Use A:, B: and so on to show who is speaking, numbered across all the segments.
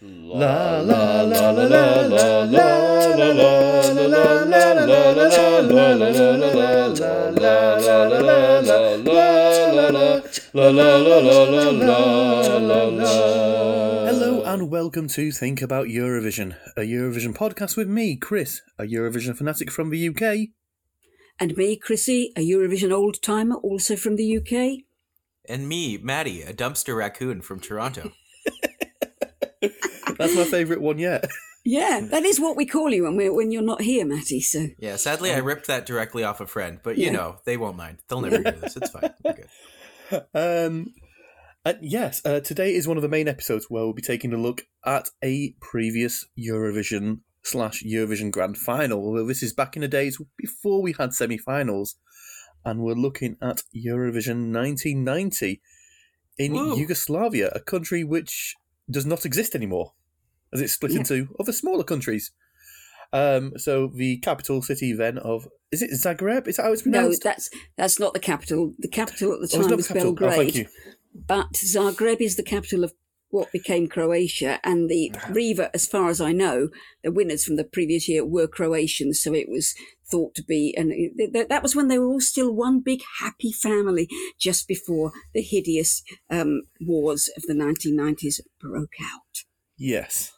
A: La la la la la la la la la la la la la la la la la la
B: Hello and welcome to Think About Eurovision, a Eurovision podcast with me, Chris, a Eurovision fanatic from the UK.
C: And me, Chrissy, a Eurovision old timer, also from the UK.
D: And me, Maddie, a dumpster raccoon from Toronto.
B: That's my favourite one yet.
C: Yeah, that is what we call you when we're when you're not here, Matty. So
D: Yeah, sadly, I ripped that directly off a friend, but you
C: Yeah.
D: know, they won't mind. They'll never hear this. It's fine. We're good.
B: Um, and yes, uh, today is one of the main episodes where we'll be taking a look at a previous Eurovision slash Eurovision Grand Final. Although this is back in the days before we had semi-finals, and we're looking at Eurovision 1990 in
D: Woo.
B: Yugoslavia, a country which does not exist anymore, as it's split
C: Yeah.
B: into other smaller countries. Um, so the capital city then of is it Zagreb? Is that how it's
C: no,
B: pronounced?
C: that's that's not the capital. The capital at
B: Oh,
C: the
B: it's
C: time
B: not
C: was
B: the capital.
C: Belgrade,
B: Oh, thank you.
C: but Zagreb is the capital of what became Croatia, and the Riva, as far as I know, the winners from the previous year were Croatians, so it was thought to be, and it- that- that was when they were all still one big happy family, just before the hideous um, wars of the 1990s broke out.
B: Yes.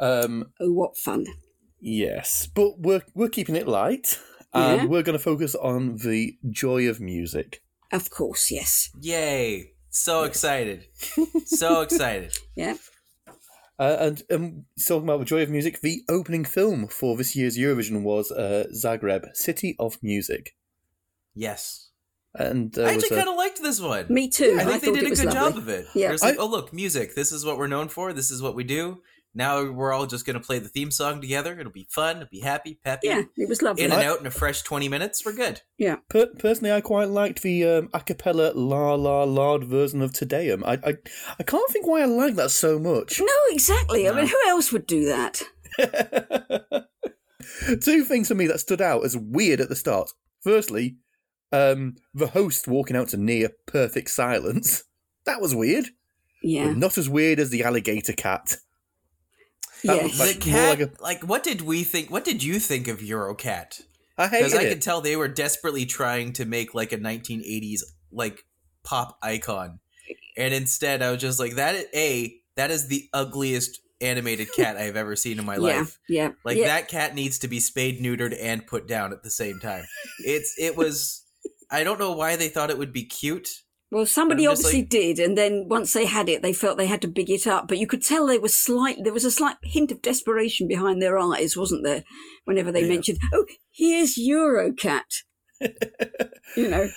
B: Um,
C: Oh, what fun!
B: Yes, but we're we're keeping it light, and
C: Yeah.
B: we're going to focus on the joy of music.
C: Of course, yes.
D: Yay. So excited. So excited.
C: Yeah.
B: Uh, and um, talking about the joy of music, the opening film for this year's Eurovision was uh, Zagreb, City of Music,
D: Yes.
B: and uh,
D: I
B: was
D: actually
B: a-
D: kind of liked this one.
C: Me too.
D: I think
C: thought
D: they
C: it
D: did a
C: was
D: good
C: lovely.
D: job of it.
C: Yeah.
D: Yeah. It's like,
B: I-
D: oh, look, music. This is what we're known for. This is what we do. Now we're all just going to play the theme song together. It'll be fun. It'll be happy, peppy.
C: Yeah, it was lovely.
D: In and out in a fresh 20 minutes. We're good.
B: per- personally, I quite liked the um, a cappella La La Lard version of Te Deum. I, I I can't think why I like that so much.
C: no, exactly. I mean, who else would do that?
B: Two things for me that stood out as weird at the start. Firstly, um, the host walking out to near perfect silence. That was weird.
C: Yeah.
B: But not as weird as the alligator cat. that was
C: Yes.
B: like-
D: the
B: more
D: cat,
B: like
D: like, what did we think? What did you think of Eurocat?
B: I
D: Because
B: hated
D: I
B: it.
D: could tell they were desperately trying to make like a 1980s like pop icon, and instead I was just like, that is, a that is the ugliest animated cat I have ever seen in my
C: yeah.
D: life.
C: Yeah.
D: Like
C: yeah.
D: that cat needs to be spayed, neutered, and put down at the same time. It's it was. I don't know why they thought it would be cute.
C: Well, somebody
D: I'm just
C: obviously
D: like-
C: did, and then once they had it, they felt they had to big it up. But you could tell there was slight, there was a slight hint of desperation behind their eyes, wasn't there? Whenever they
B: Yeah.
C: mentioned, "Oh, here's Eurocat," you know.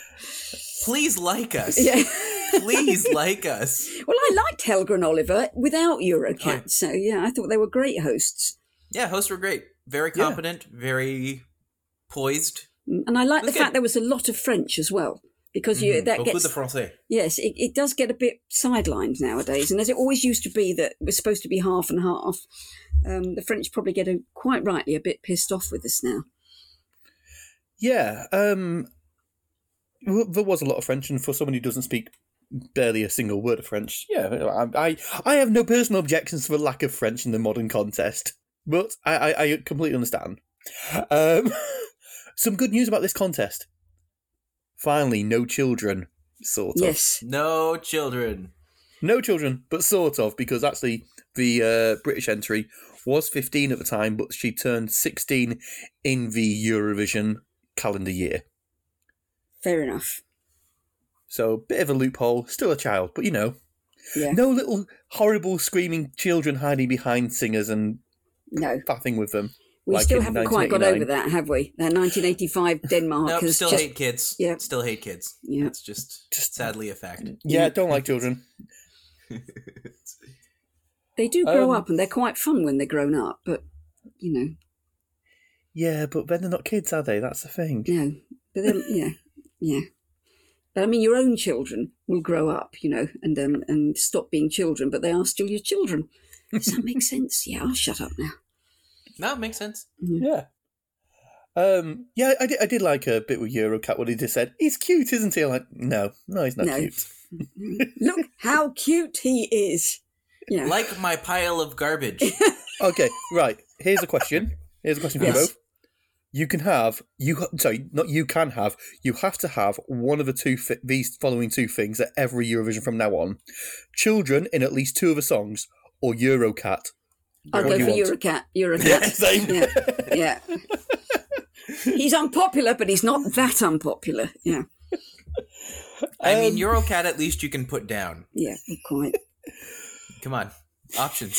D: Please like us.
C: Yeah.
D: Please like us.
C: Well, I liked Helga and Oliver without Eurocat, so yeah, I thought they were great hosts,
D: Yeah, hosts were great. Very
B: Yeah.
D: competent, very poised.
C: Mm, and I like the
D: That's
C: fact
D: good.
C: there was a lot of French as well because
B: Mm-hmm.
C: you that
D: Mm-hmm. Beaucoup
C: gets
D: de français.
C: Yes, it, it does get a bit sidelined nowadays, and as it always used to be that it was supposed to be half and half, um, the French probably get a, quite rightly a bit pissed off with us now.
B: Yeah. Um, w- there was a lot of French, and for someone who doesn't speak barely a single word of French, yeah, I I, I have no personal objections to the lack of French in the modern contest, but I, I, I completely understand. Um, some good news about this contest. Finally, no children, sort of.
C: Yes,
D: No children.
B: No children, but sort of, because actually the uh, British entry was 15 at the time, but she turned 16 in the Eurovision calendar year.
C: fair enough.
B: So, bit of a loophole, still a child, but you know,
C: Yeah,
B: no little horrible screaming children hiding behind singers and
C: no,
B: faffing with them.
C: we
B: like
C: still
B: in
C: haven't quite got over
B: 1989.
C: that, have we? That 1985 Denmark
D: Nope,
C: has
D: still
C: just
D: hate kids.
C: yeah.
D: Still hate kids.
C: Yeah.
D: It's just,
B: Just-
D: sadly a fact.
B: Yeah, don't like children.
C: they do grow
B: Um,
C: up and they're quite fun when they're grown up, but you know,
B: Yeah, but then they're not kids, are they? That's the thing.
C: no, but then yeah, yeah. But I mean, your own children will grow up, you know, and um, and stop being children, but they are still your children. Does that make sense? Yeah, I'll shut up now.
D: No, it makes sense.
B: Yeah. Um, yeah, I did, I did like a bit with Eurocat what he just said. He's cute, isn't he? I'm like, no, no, he's not
C: No.
B: cute.
C: Look how cute he is. Yeah.
D: Like my pile of garbage.
B: Okay, right. Here's a question. Here's a question for you
C: Yes.
B: both. You can have you ha- sorry, not you can have. You have to have one of the two fi- these following two things at every Eurovision from now on: children in at least two of the songs, or Eurocat.
C: I'll
B: What
C: go
B: do
C: for
B: you
C: Eurocat. Eurocat.
B: same.
C: yeah. He's unpopular, but he's not that unpopular. Yeah,
D: I mean,
B: Um,
D: Eurocat at least you can put down.
C: yeah, not quite.
D: Come on. Options.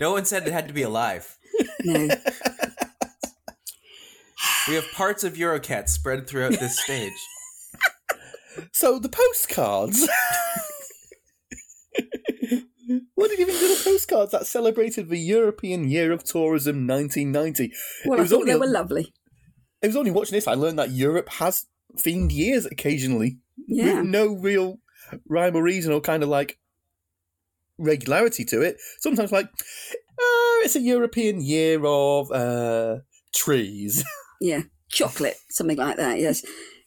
D: No one said it had to be alive.
C: No,
D: We have parts of Eurocat spread throughout this stage.
B: So the postcards. what did you think of the postcards that celebrated the European Year of Tourism 1990?
C: well,
B: It
C: I
B: was
C: thought
B: only
C: they
B: a-
C: were lovely.
B: It was only watching this I learned that Europe has themed years occasionally.
C: Yeah,
B: with no real rhyme or reason or kind of like regularity to it. Sometimes like, uh, it's a European year of uh, trees.
C: yeah, chocolate, something like that. Yes,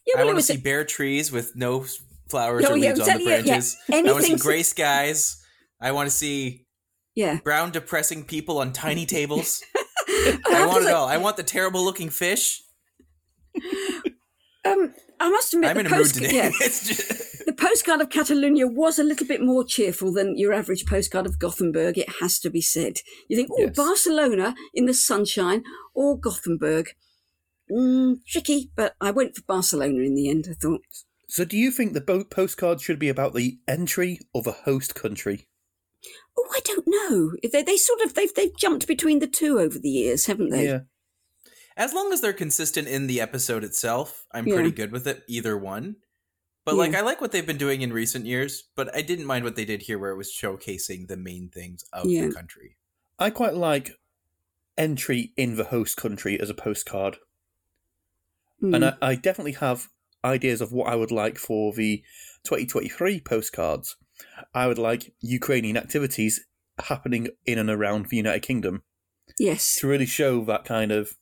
C: yeah.
D: I
C: Well, it
D: want to
C: was
D: see bare trees with no flowers
C: No,
D: or
C: yeah,
D: leaves
C: tell
D: on the
C: you, yeah,
D: branches. I want to see
C: anything.
D: gray skies. I want to see
C: yeah,
D: brown, depressing people on tiny tables.
C: I
D: I
C: have to
D: want it
C: say,
D: all. I want the terrible looking fish.
C: Um, I must admit,
D: I'm
C: the
D: in a mood
C: post-
D: today.
C: yeah,
D: It's just-
C: the postcard of Catalonia was a little bit more cheerful than your average postcard of Gothenburg. It has to be said. You think, oh,
B: Yes.
C: Barcelona in the sunshine or Gothenburg? Mm, tricky, but I went for Barcelona in the end. I thought.
B: So, do you think the boat postcard should be about the entry of a host country?
C: Oh, I don't know. If They, they sort of they've they've jumped between the two over the years, haven't they?
B: Yeah,
D: as long as they're consistent in the episode itself, I'm
C: Yeah.
D: pretty good with it. Either one. But like, I like what they've been doing in recent years. But I didn't mind what they did here, where it was showcasing the main things of
C: Yeah.
D: the country.
B: I quite like entry in the host country as a postcard,
C: Hmm.
B: and I, I definitely have ideas of what I would like for the 2023 postcards. I would like Ukrainian activities happening in and around the United Kingdom.
C: yes,
B: to really show that kind of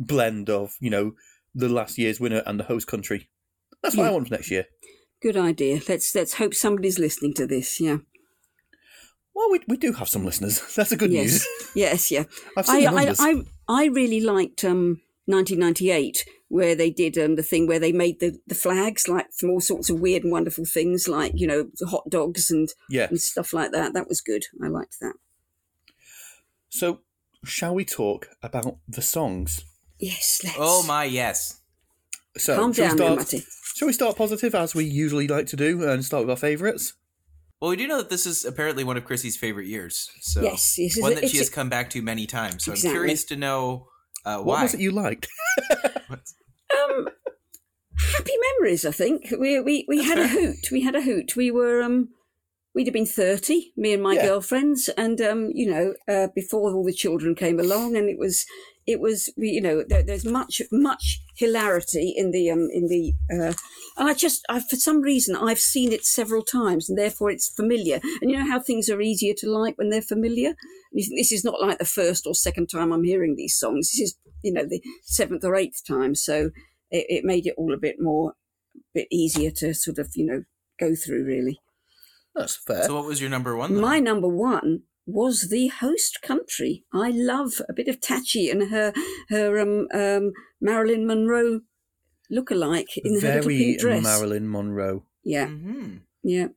B: blend of you know the last year's winner and the host country. That's what I
C: Yeah.
B: want for next year.
C: good idea. Let's let's hope somebody's listening to this. Yeah.
B: Well, we, we do have some listeners. That's a good
C: yes.
B: news.
C: Yes. Yeah.
B: I've seen
C: I,
B: the
C: I
B: numbers.
C: I I really liked um 1998 where they did um the thing where they made the the flags like from all sorts of weird and wonderful things like you know hot dogs and
B: yeah.
C: and stuff like that. That was good. I liked that.
B: So, shall we talk about the songs?
C: Yes. Let's.
D: Oh my yes.
B: So,
C: Calm
B: shall
C: down,
B: we
C: now,
B: start?
C: Matty.
B: shall we start positive as we usually like to do and start with our favourites?
D: Well, we do know that this is apparently one of Chrissy's favorite years. So
C: Yes, yes,
D: one
C: it's-
D: that she
C: it's-
D: has come back to many times. So
C: Exactly.
D: I'm curious to know uh,
B: What
D: why.
B: was it you liked?
C: Um, happy memories. I think we we we had a hoot. We had a hoot. We were um, we'd have been thirty, me and my
B: Yeah.
C: girlfriends, and um, you know, uh, before all the children came along, and it was it was we- you know there, there's much much hilarity in the um in the uh, and I just I for some reason I've seen it several times, and therefore it's familiar. And you know how things are easier to like when they're familiar. You think, This is not like the first or second time I'm hearing these songs. This is, you know, the seventh or eighth time. So it, it made it all a bit more, a bit easier to sort of, you know, go through really.
B: That's fair.
D: So what was your number one? then?
C: My number one was the host country. I love a bit of Tachi and her, her, um, um, Marilyn Monroe lookalike in her little
B: Very
C: pink dress.
B: Marilyn Monroe.
C: yeah.
D: Mhm.
C: Yeah.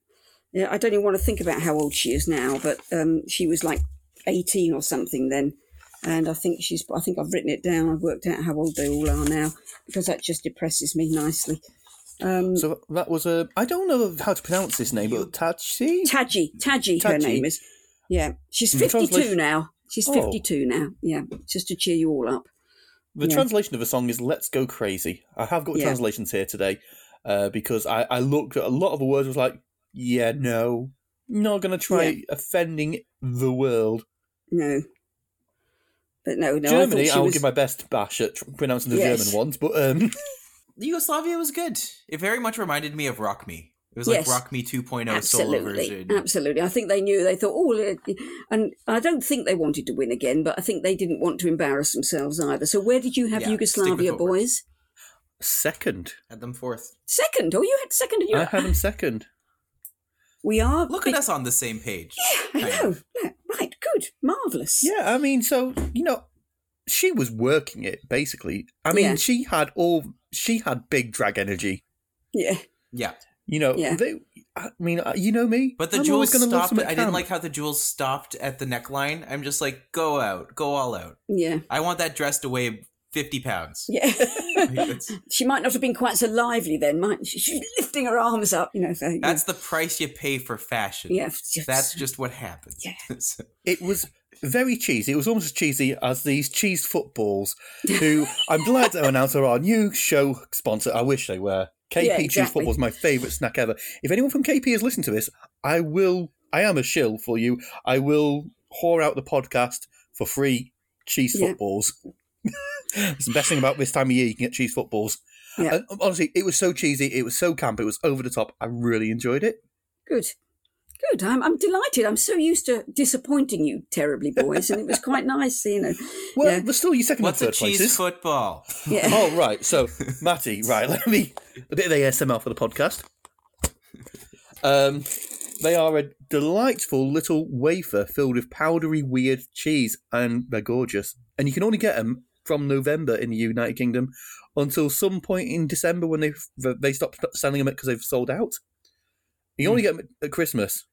C: Yeah, I don't even want to think about how old she is now, but um, she was like 18 or something then. And I think she's, I think I've written it down. I've worked out how old they all are now because that just depresses me nicely. Um,
B: So that was a. I don't know how to pronounce this name, but Tachi.
C: Taji, Taji, her
B: Taji.
C: name is. Yeah. She's
B: The
C: 52
B: translation-
C: now. She's
B: Oh.
C: 52 now. Yeah. Just to cheer you all up.
B: The
C: Yeah.
B: translation of the song is "Let's Go Crazy." I have got
C: Yeah.
B: translations here today uh, because I, I looked at a lot of the words. Was like, yeah, no, not gonna try
C: Yeah.
B: offending the world.
C: No. But no, no. I
B: Germany,
C: thought she
B: I'll
C: was,
B: give my best bash at tr- pronouncing the
C: Yes.
B: German ones, but um,
D: Yugoslavia was good. It very much reminded me of Rock Me. It was like
C: Yes.
D: Rock Me 2.0 solo
C: Absolutely,
D: version.
C: absolutely. I think they knew. They thought, oh, uh, and I don't think they wanted to win again, but I think they didn't want to embarrass themselves either. So where did you have
D: Yeah, stick with
C: Yugoslavia
D: what works.
C: boys?
B: second,
D: Had them fourth.
C: Second. Oh, you had second. And you
B: I had him second.
C: We are.
D: Look at us on the same page.
C: I
D: kind
C: know.
D: of.
C: Yeah, right. Good. Marvelous.
B: Yeah, I mean, so you know, she was working it basically. I mean,
C: Yeah.
B: she had all she had big drag energy.
C: Yeah.
D: Yeah,
B: You know,
C: Yeah.
B: they, I mean, uh, you know me.
D: but the
B: I'm
D: jewels
B: always gonna love
D: stopped.
B: something
D: I didn't
B: calm.
D: like how the jewels stopped at the neckline. I'm just like, go out, go all out.
C: Yeah.
D: I want that dress to weigh fifty pounds.
C: Yeah.
D: Like, that's,
C: she might not have been quite so lively then, might she? She's lifting her arms up, you know. So, yeah.
D: that's the price you pay for fashion.
C: yeah. it's just-
D: that's just what happens.
C: Yeah.
B: It was very cheesy. It was almost as cheesy as these cheese footballs. Who I'm glad to announce are our new show sponsor. I wish they were. KP
C: Yeah,
B: Cheese
C: exactly.
B: Football is my favourite snack ever. If anyone from KP has listened to this, I will. I am a shill for you. I will whore out the podcast for free cheese
C: Yeah.
B: footballs. It's the best thing about this time of year. You can get cheese footballs.
C: Yeah.
B: And honestly, it was so cheesy. It was so camp. It was over the top. I really enjoyed it.
C: Good. Good. I'm, I'm delighted. I'm so used to disappointing you terribly, boys, and it was quite nice, you know.
B: Well,
C: Yeah.
B: there's still your second
D: What's a
B: and third
D: cheese
B: places.
D: football?
C: Yeah.
B: oh right, so Matty, right? Let me a bit of ASMR for the podcast. Um, they are a delightful little wafer filled with powdery weird cheese, and they're gorgeous. And you can only get them from November in the United Kingdom until some point in December when they they stop selling them because they've sold out. You can only get them at Christmas.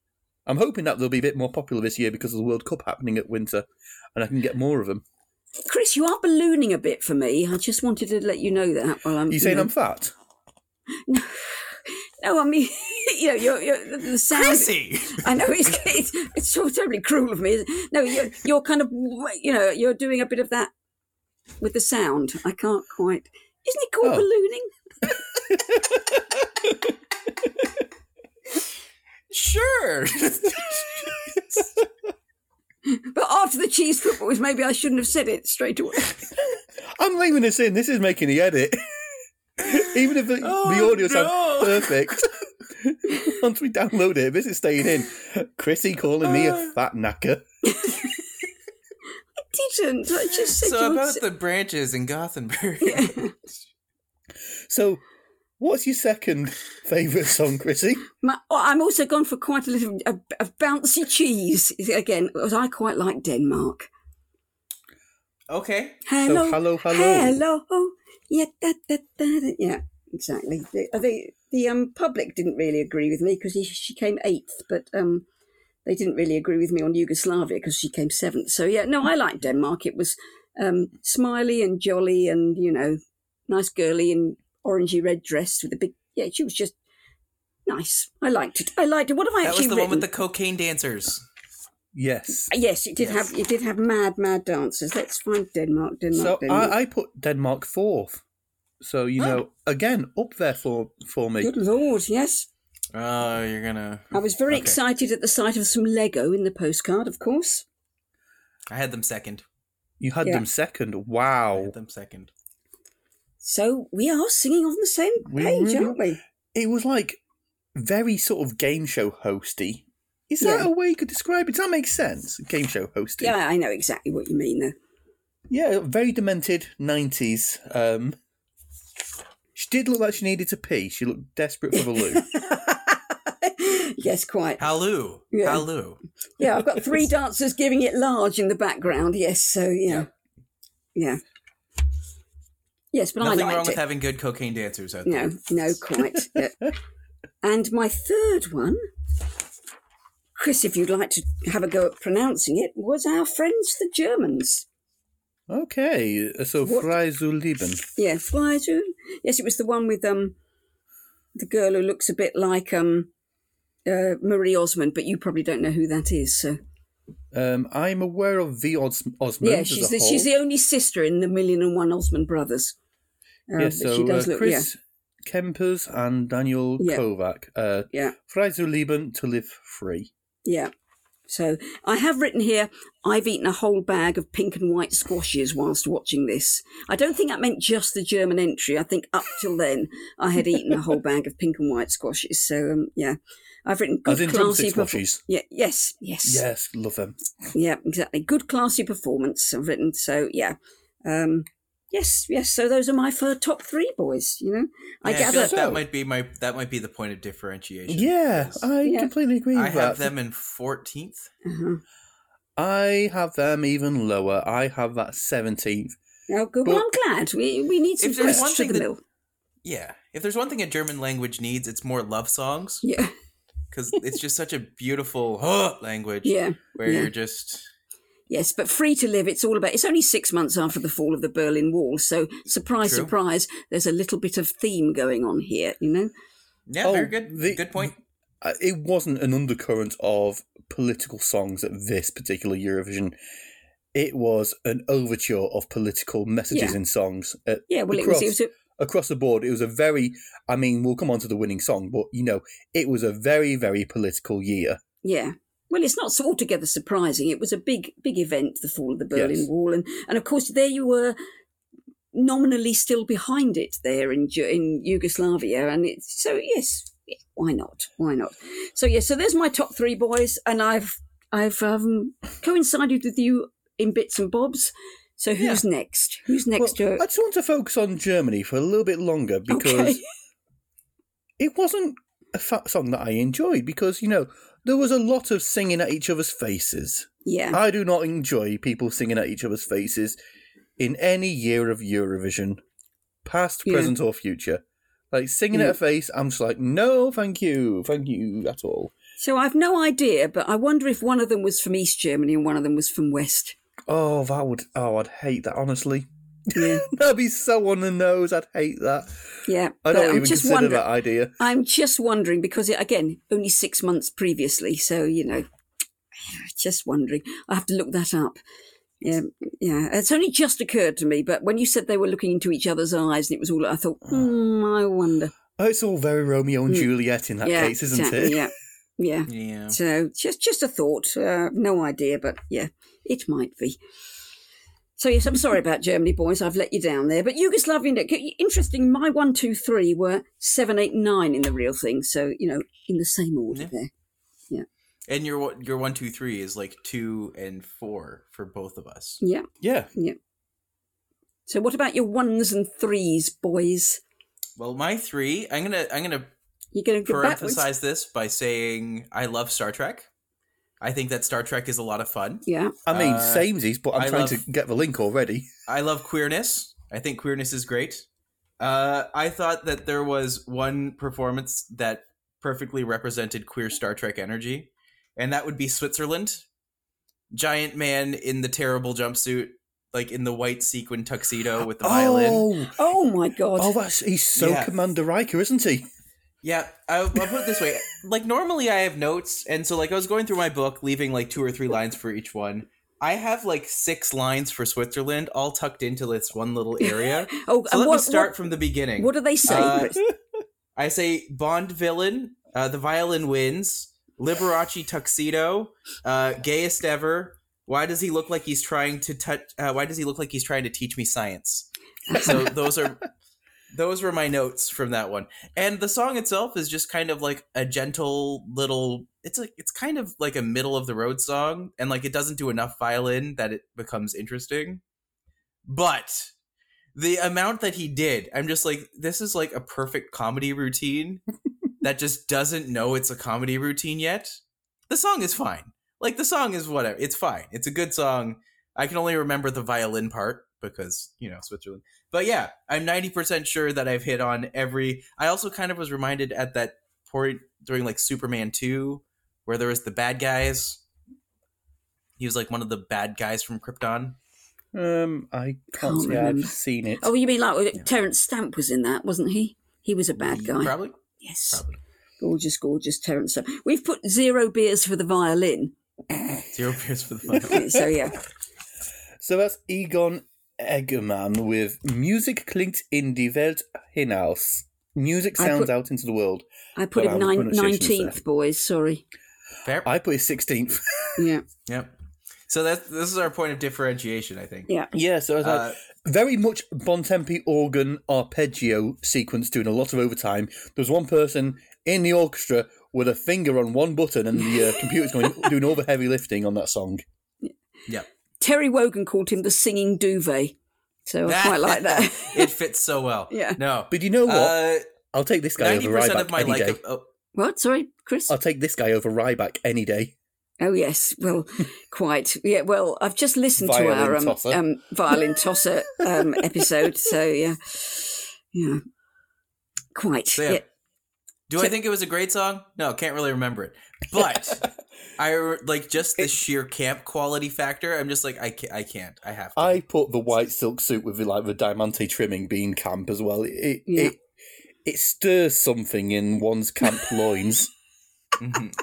B: I'm hoping that they'll be a bit more popular this year because of the World Cup happening at winter, and I can get more of them.
C: Chris, you are ballooning a bit for me. I just wanted to let you know that. While I'm,
B: You saying
C: know-
B: I'm fat?
C: No, I mean, you know, you're, you're, the sound.
D: Chrissy!
C: I know it's, it's it's so terribly cruel of me. isn't it? No, you're, you're kind of you know you're doing a bit of that with the sound. I can't quite. Isn't it called
B: Oh.
C: ballooning?
D: Sure.
C: But after the cheese footballs, maybe I shouldn't have said it straight away.
B: I'm leaving this in. This is making the edit. Even if the, the
D: Oh,
B: audio sounds
D: no.
B: perfect, once we download it, this is staying in. Chrissy calling me a fat knacker.
C: Didn't I just said?
D: so
C: you
D: about
C: said-
D: the branches in Gothenburg.
B: So, what's your second favourite song, Chrissy?
C: My, oh, I'm also gone for quite a little a, a bouncy cheese again. Because I quite like Denmark.
D: Okay.
C: Hello,
B: hello, hello.
C: hello. Yeah, da, da, da, da. yeah, exactly. The, the, the um, public didn't really agree with me because she came eighth, but um, they didn't really agree with me on Yugoslavia because she came seventh. So yeah, no, I like Denmark. It was um, smiley and jolly, and you know, nice girly in orangey red dress with a big. Yeah, she was just nice. I liked it. I liked it. What have I
D: That was
C: actually
D: the
C: written?
D: one with the cocaine dancers.
B: Yes.
C: Yes, it did
D: Yes.
C: have it did have mad mad dancers. Let's find Denmark, Denmark,
B: So
C: Denmark.
B: I, I put Denmark fourth. So you know, again up there for for me.
C: Good lord, yes.
D: Oh, you're gonna.
C: I was very
D: Okay.
C: excited at the sight of some Lego in the postcard, of course.
D: I had them second.
B: You had
C: Yeah.
B: them second.
D: I
B: Wow.
D: had them second.
C: So we are singing on the same
B: We
C: page,
B: really
C: aren't we?
B: it was like very sort of game show hosty. Is
C: Yeah.
B: that a way you could describe it? Does that make sense? Game show hosty.
C: Yeah, I know exactly what you mean, though.
B: Yeah, very demented nineties. Um, she did look like she needed to pee. She looked desperate for the loo.
C: yes, quite.
D: Halloo.
C: Yeah.
D: Halloo.
C: Yeah, I've got three dancers giving it large in the background. Yes, so yeah, yeah. Yes, but
D: Nothing
C: I liked
D: wrong
C: it.
D: with having good cocaine dancers out there.
C: No, no, quite. Yeah. And my third one, Chris, if you'd like to have a go at pronouncing it, was our friends the Germans.
B: okay, uh, so
C: What-
B: Freizuleben.
C: Yeah, fly to. Yes, it was the one with um the girl who looks a bit like um uh, Marie Osmond, but you probably don't know who that is. So
B: Um, I'm aware of the Os- Osmonds.
C: yeah, she's
B: as a
C: the,
B: whole.
C: she's the only sister in the Million and One Osmond brothers. Uh,
B: yeah,
C: but
B: so
C: she does
B: uh,
C: look
B: Chris Kempers and Daniel
C: Yeah.
B: Kovac. Uh,
C: yeah yeah
B: Freizuleben to live free.
C: yeah. So I have written here. I've eaten a whole bag of pink and white squashes whilst watching this. I don't think that meant just the German entry. I think up till then I had eaten a whole bag of pink and white squashes. So um, yeah, I've written
B: As
C: good
B: in
C: classy
B: drumstick
C: perfor-
B: squashes.
C: Yeah. Yes. Yes.
B: Yes, love them.
C: Yeah, exactly. Good classy performance I've written. So yeah. Um Yes, yes. So those are my fir- top three boys. You know, I
D: Yeah,
C: gather.
D: feel like that
B: So-
D: might be my that might be the point of differentiation.
B: Yeah,
D: because
B: I
C: Yeah.
B: completely agree with
D: I
B: that.
D: have them in fourteenth.
C: Uh-huh.
B: I have them even lower. I have that 17th.
C: Oh, good. Well,
B: Well-
C: I'm glad we we need some
D: If there's one
C: crisps for
D: thing
C: the
D: that-
C: mill.
D: Yeah, if there's one thing a German language needs, it's more love songs
C: Yeah,
D: because it's just such a beautiful huh, language
C: yeah.
D: where
C: yeah.
D: you're just
C: Yes, but Free to Live, it's all about, it's only six months after the fall of the Berlin Wall. So, surprise,
D: True.
C: surprise, there's a little bit of theme going on here, you know?
D: yeah,
B: Oh,
D: very good,
B: the-
D: good point.
B: Uh, It wasn't an undercurrent of political songs at this particular Eurovision. It was an overture of political messages
C: Yeah.
B: in songs at
C: Yeah, well, it
B: Across.
C: was, it was a,
B: across the board. It was a very, I mean, we'll come on to the winning song, but you know, it was a very, very political year.
C: yeah. Well, it's not altogether surprising. It was a big, big event, the fall of the Berlin
B: Yes.
C: Wall. And, and of course, there you were nominally still behind it there in, Ju- in Yugoslavia. And it's, so, yes, yeah, why not? Why not? So, yes, so there's my top three boys. And I've, I've um, coincided with you in bits and bobs. So, who's next? Who's next
B: Well,
C: to
B: I just want to focus on Germany for a little bit longer because
C: Okay.
B: it wasn't a fa- song that I enjoyed because you know there was a lot of singing at each other's faces.
C: Yeah.
B: I do not enjoy people singing at each other's faces in any year of Eurovision, past,
C: Yeah.
B: present, or future. Like singing at
C: Yeah.
B: a face, I'm just like, no, thank you, thank you at all.
C: So I've no idea, but I wonder if one of them was from East Germany and one of them was from West.
B: Oh, that would. Oh, I'd hate that. Honestly,
C: Yeah,
B: that'd be so on the nose. I'd hate that.
C: yeah.
B: I don't
C: But
B: even
C: I'm just
B: consider
C: wonder-
B: that idea.
C: I'm just wondering because it, again, only six months previously, so you know, just wondering. I have to look that up. Yeah, yeah. It's only just occurred to me, but when you said they were looking into each other's eyes and it was all, I thought,
B: Mm.
C: hmm, I wonder.
B: Oh, it's all very Romeo and
C: Mm.
B: Juliet in that
C: yeah,
B: case, isn't
C: exactly,
B: it?
C: Yeah, yeah.
D: Yeah,
C: So just just a thought, uh, no idea, but yeah, it might be. So yes, I'm sorry about Germany, boys. I've let you down there. But Yugoslavia, interesting. My one, two, three were seven, eight, nine in the real thing. So you know, in the same order
D: Yeah.
C: there.
D: and your one- your one two three is like two and four for both of us.
C: Yeah.
B: Yeah.
C: So what about your ones and threes, boys?
D: Well, my three, I'm gonna I'm gonna
C: You're going to go backwards.
D: emphasize this by saying I love Star Trek. I think that Star Trek is a lot of fun.
C: Yeah,
B: I mean,
D: Uh,
B: samesies, but I'm
D: I
B: trying
D: love-
B: to get the link already.
D: I love queerness. I think queerness is great. Uh, I thought that there was one performance that perfectly represented queer Star Trek energy, and that would be Switzerland. Giant man in the terrible jumpsuit, like in the white sequin tuxedo with the violin.
B: Oh,
C: Oh my God.
B: oh, that's he's so
D: Yeah.
B: Commander Riker, isn't he?
D: Yeah, I, I'll put it this way. Like normally, I have notes, and so like I was going through my book, leaving like two or three lines for each one. I have like six lines for Switzerland, all tucked into this one little area.
C: Oh,
D: So let
C: what,
D: me start from the
C: What,
D: beginning.
C: what do they say?
D: Uh,
C: Chris?
D: I say Bond villain, uh, the violin wins, Liberace tuxedo, uh, gayest ever. Why does he look like he's trying to touch? Uh, why does he look like he's trying to teach me science? So those are those were my notes from that one. And the song itself is just kind of like a gentle little. It's like it's kind of like a middle of the road song, and like it doesn't do enough violin that it becomes interesting. But the amount that he did, I'm just like, this is like a perfect comedy routine that just doesn't know it's a comedy routine yet. The song is fine. Like the song is whatever. It's fine. It's a good song. I can only remember the violin part because, you know, Switzerland. But yeah, I'm 90% sure that I've hit on every I also kind of was reminded at that point during like Superman 2 where there was the bad guys. He was like one of the bad guys from Krypton.
B: Um, I can't,
C: Can't
B: say
C: remember.
B: I've seen it.
C: oh, you mean like Terence Stamp was in that, wasn't he? He was a bad guy.
D: Probably.
C: yes.
D: Probably.
C: Gorgeous, gorgeous Terence. Stamp. We've put zero beers for the violin.
D: Zero beers for the violin.
C: so yeah,
B: So that's Egon Eggermann with "Music klingt in die Welt hinaus." Music
C: I
B: sounds
C: put-
B: out into the world.
C: I put
B: Well,
C: him
B: our
C: nine,
B: pronunciation's
C: 19th,
B: there.
C: boys. Sorry.
D: Fair.
B: I put it sixteenth.
C: Yeah,
D: Yep. So that's this is our point of differentiation, I think.
C: yeah,
B: yeah, so I was like,
D: Uh,
B: very much bon tempi organ arpeggio sequence doing a lot of overtime. There's one person in the orchestra with a finger on one button, and the uh, computer's going doing all the heavy lifting on that song.
D: yeah.
C: Terry Wogan called him the singing duvet. So I quite like that.
D: it fits so well.
C: Yeah.
D: No.
B: But you know what?
D: Uh,
B: I'll take this guy
D: Ninety
B: over
D: percent
B: Ryback
D: of my
B: any
D: like.
B: day.
D: Of, oh,
C: What? Sorry, Chris?
B: I'll take this guy over Ryback any day.
C: Oh yes, well, quite. Yeah, well, I've just listened
B: Violin
C: to our um,
B: tosser.
C: um violin tosser um episode, so yeah, yeah, quite.
D: so yeah.
C: yeah.
D: Do I think it was a great song? No, can't really remember it. But I re- like just the sheer camp quality factor. I'm just like I can't. I can't. I have to.
B: I put the white silk suit with the, like the diamante trimming being camp as well. It
C: Yeah.
B: it it stirs something in one's camp loins.
D: Mhm.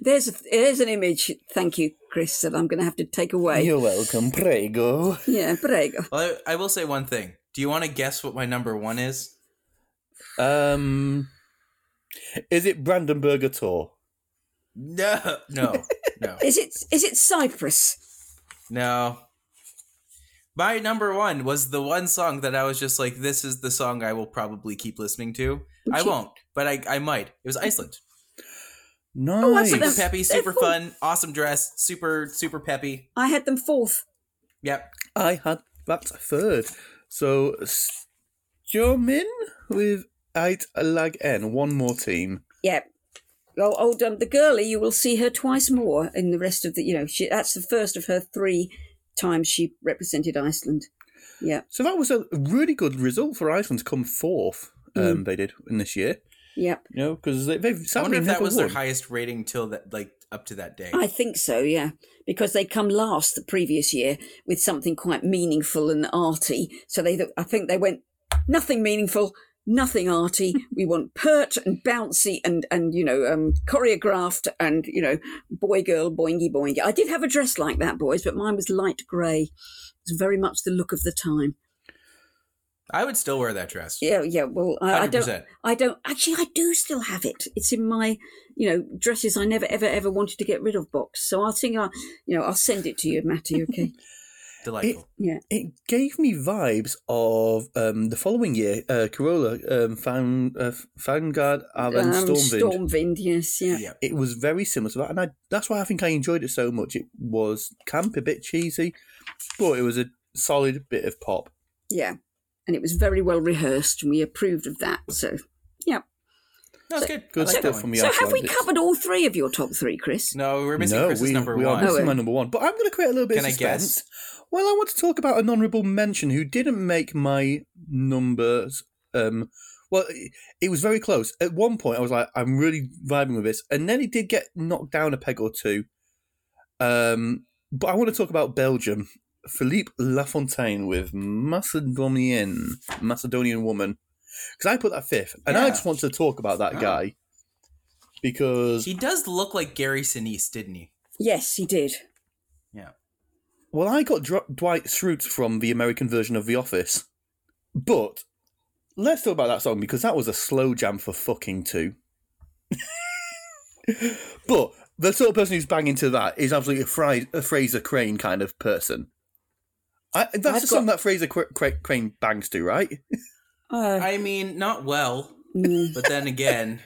C: There's a, there's an image. Thank you, Chris. That I'm going to have to take away.
B: You're welcome, prego.
C: Yeah, prego.
D: Well, I, I will say one thing. Do you want to guess what my number one is?
B: Um, is it Brandenburger Tor?
D: No, no, no,
C: Is it is it Cyprus?
D: no. My number one was the one song that I was just like, this is the song I will probably keep listening to. I
C: Okay.
D: won't, but I, I might. It was Iceland.
B: Nice.
C: Them-
D: Super peppy,
C: they're
D: super
C: cool.
D: fun, awesome dress, super, super peppy.
C: I had them fourth.
D: Yep.
B: I had that third. So Stjomin with eight lag n. One more team.
C: Yeah. Well, old um, the girlie, you will see her twice more in the rest of the. You know, she, that's the first of her three times she represented Iceland. Yeah,
B: So that was a really good result for Iceland to come fourth. Um, they did in this year.
C: yeah.
B: You know, because they, they've
D: Mm. I
B: sadly
D: wonder if that
B: never
D: was
B: won.
D: their highest rating till that, like up to that day.
C: I think so, yeah, because they come last the previous year with something quite meaningful and arty. So they, I think they went nothing meaningful, nothing arty. we want pert and bouncy and and you know um, choreographed and you know boy girl boingy boingy. I did have a dress like that, boys, but mine was light grey. It's very much the look of the time.
D: I would still wear that dress.
C: Yeah, yeah. Well, I, I don't.
D: 100%.
C: I don't actually. I do still have it. It's in my, you know, dresses I never ever ever wanted to get rid of box. So I'll think I, you know, I'll send it to you, Matty. Okay.
D: Delightful.
C: yeah.
B: It gave me vibes of um, the following year. Uh, Corolla, um, Fan, uh, Vanguard, and then Stormwind.
C: Stormwind. Um, Yes. Yeah.
D: Yep.
B: it was very similar to that, and I, that's why I think I enjoyed it so much. It was camp, a bit cheesy, but it was a solid bit of pop.
C: Yeah. And it was very well rehearsed, and we approved of that. So, yeah.
D: No, it's good.
B: Good
D: I like that
B: stuff
D: one.
B: from the
C: so have we
B: Icelandics.
C: covered all three of your top three, Chris?
D: No, we're missing Chris's
B: we,
D: number
B: we
D: one.
B: are missing
C: Oh,
B: my
C: yeah.
B: number one. But I'm going to create a little bit
D: Can I
B: of suspense.
D: guess?
B: Well, I want to talk about an honourable mention who didn't make my numbers. Um, well, it, it was very close. At one point, I was like, I'm really vibing with this, and then it did get knocked down a peg or two. Um, but I want to talk about Belgium. Philippe Lafontaine with Macedonian Macedonian woman, because I put that fifth, and I
D: Yeah.
B: just wanted to talk about that
D: Oh.
B: guy because
D: He does look like Gary Sinise, didn't he?
C: Yes, he did.
B: Well, I got Dr- Dwight Schrute from the American version of The Office. But let's talk about that song because that was a slow jam for fucking two. but the sort of person who's banging to that is absolutely a, Fri- a Fraser Crane kind of person. I, that's the
C: I've
B: song that Fraser Cra- Cra- Crane bangs to, right?
C: Uh,
D: I mean, not well,
C: mm,
D: but then again,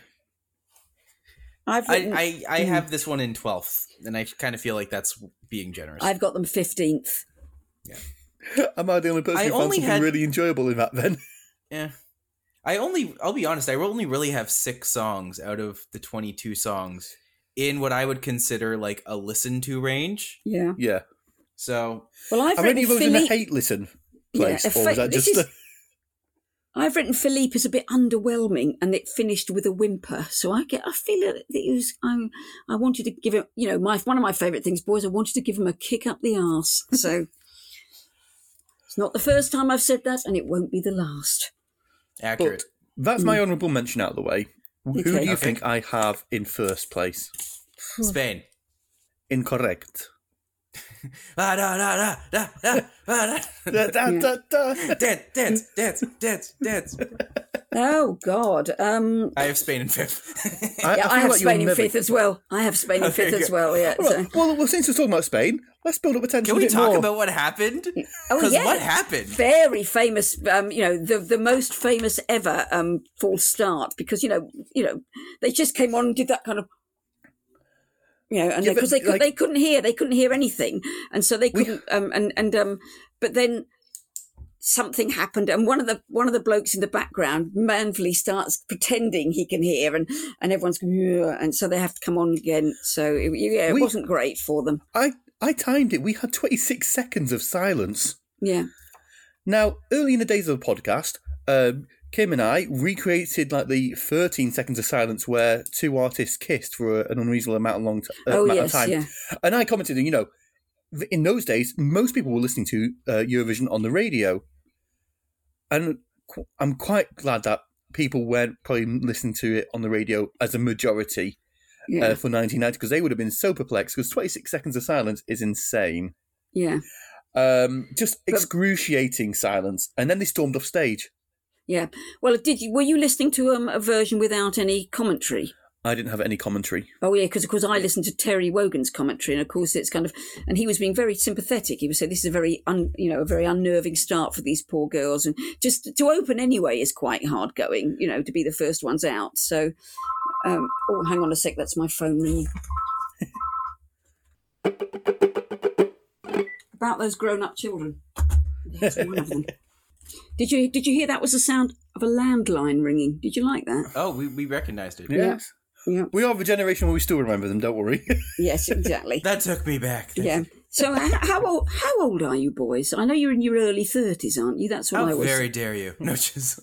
C: I've written, I,
D: I, I, I have this one in 12th, and I kind of feel like that's being generous.
C: have got them fifteenth.
B: Am I the only person
D: I
B: who found
D: only
B: something
D: had-
B: really enjoyable in that then?
D: yeah. I only, I'll be honest, I only really have six songs out of the 22 songs in what I would consider like a listen to range.
C: Yeah.
B: yeah.
D: So,
C: Well, I've
B: Are any
C: written
B: of those in a
C: Philippe.
B: hate listen
C: Yeah,
B: place?
C: a
B: or was
C: fa-
B: that
C: this
B: just.
C: is-
B: a-
C: I've written Philippe as a bit underwhelming, and it finished with a whimper. So I get, I feel it- that he was. I, I wanted to give him, you know, my one of my favourite things, boys. I wanted to give him a kick up the arse. So it's not the first time I've said that, and it won't be the last.
D: accurate.
B: That's my honourable mention out of the way. Who do
C: Okay.
B: Hmm. you
D: Okay.
B: think I have in first place?
C: hmm.
D: Spain.
B: Incorrect.
D: Ah, da, da, da, da, da, ah, da.
B: Da,
C: Hmm.
B: da, da, da.
D: Dance, dance, dance, dance, dance.
C: Oh God! Um,
D: I have Spain in fifth.
B: I,
C: yeah, I,
B: feel
C: have
B: like you'll
C: Spain in
B: never-
C: fifth as well. I have Spain in
D: there
C: fifth
D: you
C: as
D: go.
C: well. Yeah. So.
B: Right, Well, well, since we're talking about Spain, let's build up the tension
D: Can
B: a
D: we
B: bit
D: talk
B: more.
D: about what happened? Because
C: Oh yeah.
D: what happened?
C: very famous um you know the the most famous ever um false start because you know you know they just came on and did that kind of you know and
B: Yeah,
C: because
B: but,
C: they could,
B: like-
C: they couldn't hear they couldn't hear anything and so they couldn't um and and um but then something happened and one of the one of the blokes in the background manfully starts pretending he can hear and and everyone's going, "Ugh," and so they have to come on again so it, yeah it
B: We-
C: wasn't great for them
B: I I timed it. We had 26 seconds of silence.
C: yeah
B: Now, early in the days of the podcast, um, Kim and I recreated like the 13 seconds of silence where two artists kissed for a- an unreasonable amount of long t- uh,
C: oh
B: amount
C: yes
B: of time.
C: yeah
B: And I commented, you know, th- in those days, most people were listening to uh, Eurovision on the radio, and qu- I'm quite glad that people weren't probably listening to it on the radio as a majority
C: yeah
B: uh, for 1990 because they would have been so perplexed because 26 seconds of silence is insane,
C: yeah
B: um, just
C: But-
B: excruciating silence, and then they stormed off stage.
C: yeah well did you were you listening to um, a version without any commentary
B: I didn't have any commentary.
C: Oh yeah, because of course I listened to Terry Wogan's commentary, and of course it's kind of, and he was being very sympathetic. He was saying this is a very, un, you know, a very unnerving start for these poor girls, and just to open anyway is quite hard going, you know, to be the first ones out. So, um, oh, hang on a sec, that's my phone ringing. About those grown-up children. There's one of them. Did you did you hear that was the sound of a landline ringing? Did you like that?
D: Oh, we, we recognized it.
B: Yes.
C: Yeah.
B: We are the generation where we still remember them, don't worry.
C: Yes, exactly.
D: That took me back. That
C: Yeah. So h- how old how old are you boys? I know you're in your early thirties, aren't you? That's what I
B: Oh,
D: How
C: was.
D: very dare you? No, just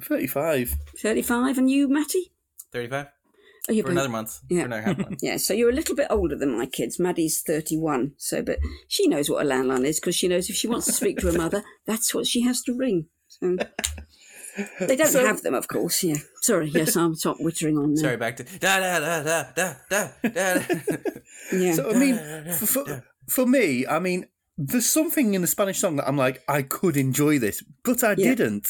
B: 35.
C: Thirty five, and you, Matty?
D: thirty-five
C: Are you
D: for another month.
C: Mm-hmm. Yeah.
D: For another half month.
C: Yeah. So you're a little bit older than my kids. Maddie's thirty one. So, but she knows what a landline is because she knows if she wants to speak to her mother, that's what she has to ring. So. They don't
B: So-
C: have them, of course. Yeah. Sorry. Yes, I'm stop wittering on. Now.
D: Sorry, back to da da da da da da da.
C: Yeah.
B: So, I mean, for, for, for me, I mean, there's something in the Spanish song that I'm like, I could enjoy this, but I
C: Yeah.
B: didn't.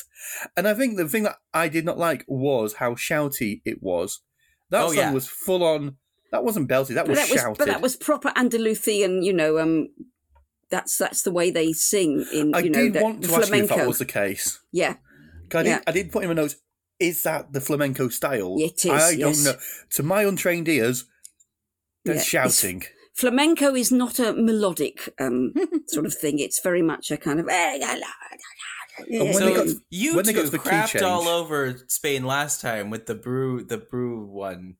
B: And I think the thing that I did not like was how shouty it was. That
D: Oh,
B: song
D: yeah.
B: was full on. That wasn't belty. That
C: but
B: was
C: that was
B: shouted.
C: but that was proper Andalusian. You know, um, that's that's the way they sing in.
B: I
C: you know,
B: did
C: that
B: want to
C: flamenco.
B: ask you if that was the case.
C: yeah.
B: 'Cause I, did,
C: Yeah.
B: I did put in my notes. Is that the flamenco style?
C: It is,
B: I
C: yes.
B: don't know. To my untrained ears, that's
C: Yeah, it's-
B: shouting.
C: flamenco is not a melodic um, sort of thing. It's very much a kind of. eh,
B: when
D: so
B: they got-
D: you
B: when they got
D: two
B: to the key
D: crapped
B: change-
D: all over Spain last time with the brew the brew one,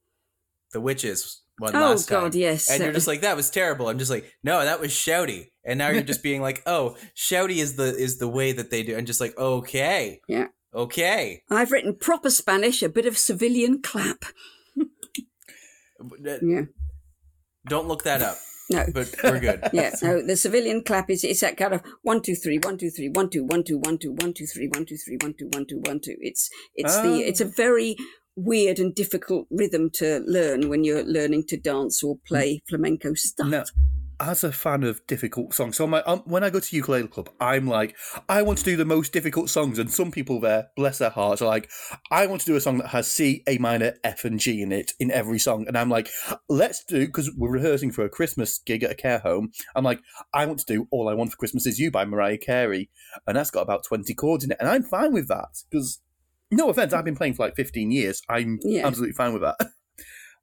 D: the witches one
C: Oh,
D: last time.
C: God, yes. uh,
D: And you're just like that was terrible. I'm just like no, that was shouty. And now you're just being like oh, shouty is the is the way that they do. And just like okay,
C: Yeah.
D: okay.
C: I've written proper Spanish, a bit of civilian clap. Yeah,
D: uh, Don't look that up,
C: no,
D: but we're good.
C: yeah, no. The civilian clap is it's that kind of one two three one two three one two one two one two one two three one two three one two one two one two. It's it's
B: Ah.
C: the it's a very weird and difficult rhythm to learn when you're learning to dance or play flamenco stuff.
B: Now, as a fan of difficult songs, so my um, when I go to ukulele club, I'm like, I want to do the most difficult songs, and some people there, bless their hearts, are like, I want to do a song that has C, A minor, F, and G in it in every song, and I'm like, let's do because we're rehearsing for a Christmas gig at a care home. I'm like, I want to do All I Want for Christmas Is You by Mariah Carey, and that's got about twenty chords in it, and I'm fine with that because. No offense, I've been playing for like 15 years. I'm
C: Yeah.
B: absolutely fine with that.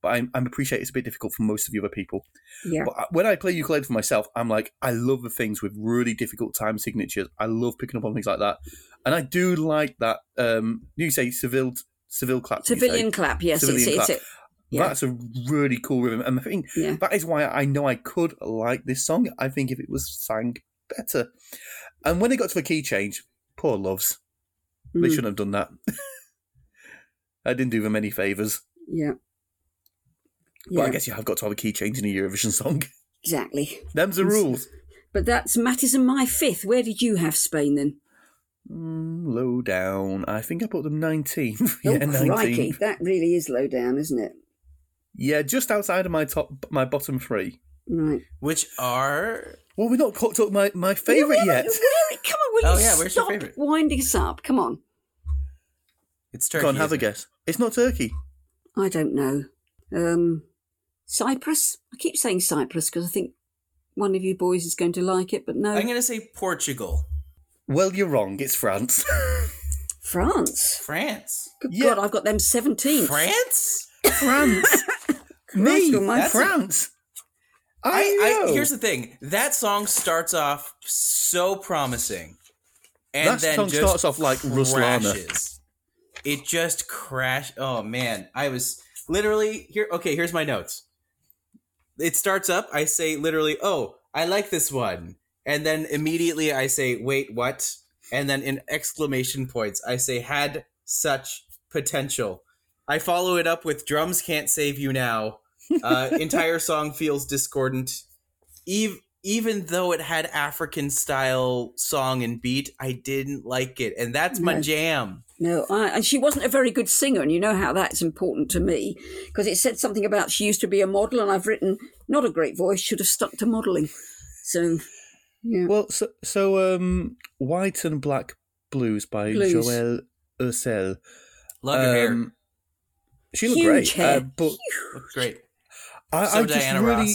B: But I'm, I'm appreciate it's a bit difficult for most of the other people.
C: Yeah,
B: But I- when I play ukulele for myself, I'm like, I love the things with really difficult time signatures. I love picking up on things like that, and I do like that. Um, you say Seville, Seville clap. you say?
C: civilian clap. Yes,
B: Civilian
C: it's,
B: clap.
C: it's yeah.
B: That's a really cool rhythm, and I think
C: a, yeah.
B: that is why I know I could like this song. I think if it was sang better, and when it got to the key change, poor loves, they
C: Mm.
B: shouldn't have done that. I didn't do them any favors,
C: Yeah.
B: but I guess you have got to have a key change in a Eurovision song.
C: exactly.
B: Them's the rules.
C: But that's Mattis and my fifth. Where did you have Spain then?
B: Mm, low down. I think I put them 19th.
C: Oh,
B: yeah, 19th.
C: That really is low down, isn't it?
B: Yeah, just outside of my top, my bottom three.
C: Right.
D: Which are
B: Well, we've not cooked up my, my favourite
C: Where-
B: yet.
C: where- come on, will
D: Oh,
C: you
D: yeah, where's your
C: stop
D: favourite?
C: winding us up? Come on.
D: it's Turkey.
B: Go on, have a
D: isn't it?
B: guess. It's not Turkey.
C: I don't know. Um, Cyprus? I keep saying Cyprus because I think one of you boys is going to like it, but no.
D: I'm gonna say Portugal,
B: Well, you're wrong. It's France.
C: France.
D: France,
C: Good
B: Yeah.
C: God, I've got them 17th.
D: France.
B: France. Me,
C: Christ almighty.
D: That's a-
B: France. I,
D: I, I
B: know.
D: here's the thing. That song starts off so promising, and
B: That
D: then
B: song
D: just
B: starts off like Russ Lana.
D: crashes. It just crash. Oh man, I was literally here. Okay, here's my notes. It starts up. I say literally, "Oh, I like this one," and then immediately I say, "Wait, what?" And then in exclamation points, I say, "Had such potential." I follow it up with drums can't save you now. Uh, entire song feels discordant. Eve, even though it had African style song and beat, I didn't like it, and that's my
C: No.
D: jam.
C: No, I, and she wasn't a very good singer, and you know how that's important to me because it said something about she used to be a model, and I've written not a great voice, should have stuck to modelling. So, yeah,
B: Well, so, so um, White and Black Blues by
C: Blues.
B: Joël Ursel.
D: Love your hair,
B: Um, She looked
C: Huge
B: great,
C: hair.
B: uh, but
D: Looks great.
B: I,
D: So
B: I just
D: Diana
B: really,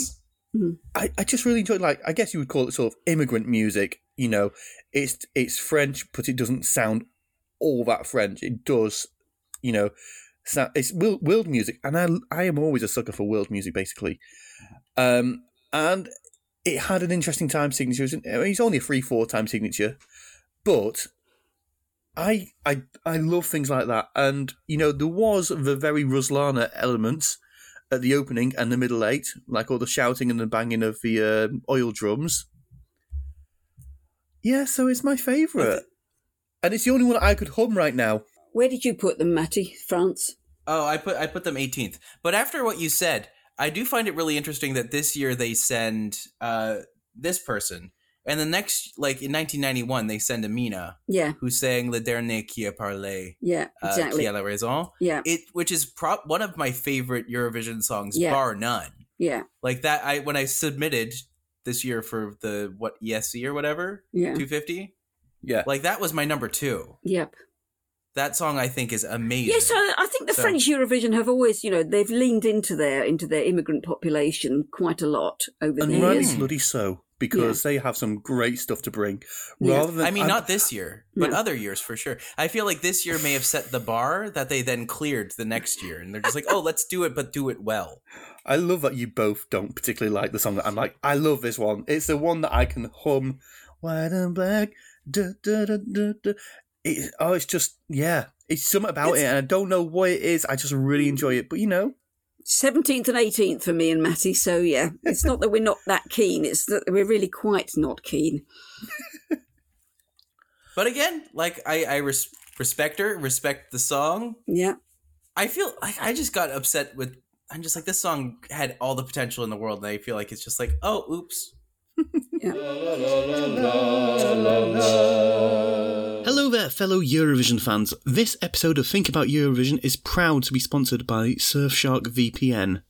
D: Ross.
B: I, I just really enjoyed. Like, I guess you would call it sort of immigrant music. You know, it's it's French, but it doesn't sound all that French. It does, you know, sound, it's world, world music, and I I am always a sucker for world music, basically. Um, and it had an interesting time signature. It's, an- I mean, it's only a three four time signature, but I I I love things like that. And you know, there was the very Ruslana elements at the opening and the middle eight, like all the shouting and the banging of the um oil drums. Yeah, so it's my favourite. And it's the only one I could hum right now.
C: where did you put them, Matty? France?
D: Oh, I put I put them 18th. But after what you said, I do find it really interesting that this year they send uh, this person, and the next, like in 1991, they send Amina,
C: Yeah,
D: who sang "Le Dernier qui a parlé,"
C: yeah,
D: uh,
C: exactly.
D: "Qui a la raison,"
C: yeah,
D: it which is prop one of my favorite Eurovision songs,
C: Yeah.
D: bar none.
C: yeah,
D: Like that, I when I submitted this year for the what ESC or whatever
C: yeah,
D: 250,
B: Yeah.
D: like that was my number two.
C: yeah.
D: That song I think is amazing.
C: Yes, I, I think the
D: So-
C: French Eurovision have always, you know, they've leaned into their into their immigrant population quite a lot over the
B: And
D: Yeah.
B: rightly
C: years.
D: Run-
B: bloody so, because they have some great stuff to bring.
C: Yeah.
B: Rather than
D: I mean,
B: and-
D: not this year, but
C: No.
D: other years for sure. I feel like this year may have set the bar that they then cleared the next year, and they're just like, "Oh, let's do it, but do it well."
B: I love that you both don't particularly like the song that I'm like. I love this one. It's the one that I can hum. White and black. Da, da, da, da, da. It, oh, it's just yeah. It's something about
D: It's-
B: it, and I don't know what it is. I just really enjoy it. But you know,
C: Seventeenth and eighteenth for me and Matty. So yeah, it's not that we're not that keen; it's that we're really quite not keen.
D: But again, like I, I res- respect her, respect the song.
C: Yeah,
D: I feel like I just got upset with. I'm just like this song had all the potential in the world, and I feel like it's just like, oh, oops.
E: Hello there, fellow Eurovision fans. This episode of Think About Eurovision is proud to be sponsored by Surfshark VPN.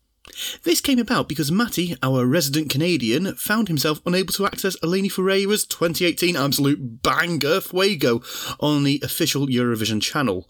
E: This came about because Matty, our resident Canadian, found himself unable to access Eleni Ferreira's 2018 absolute banger Fuego on the official Eurovision channel.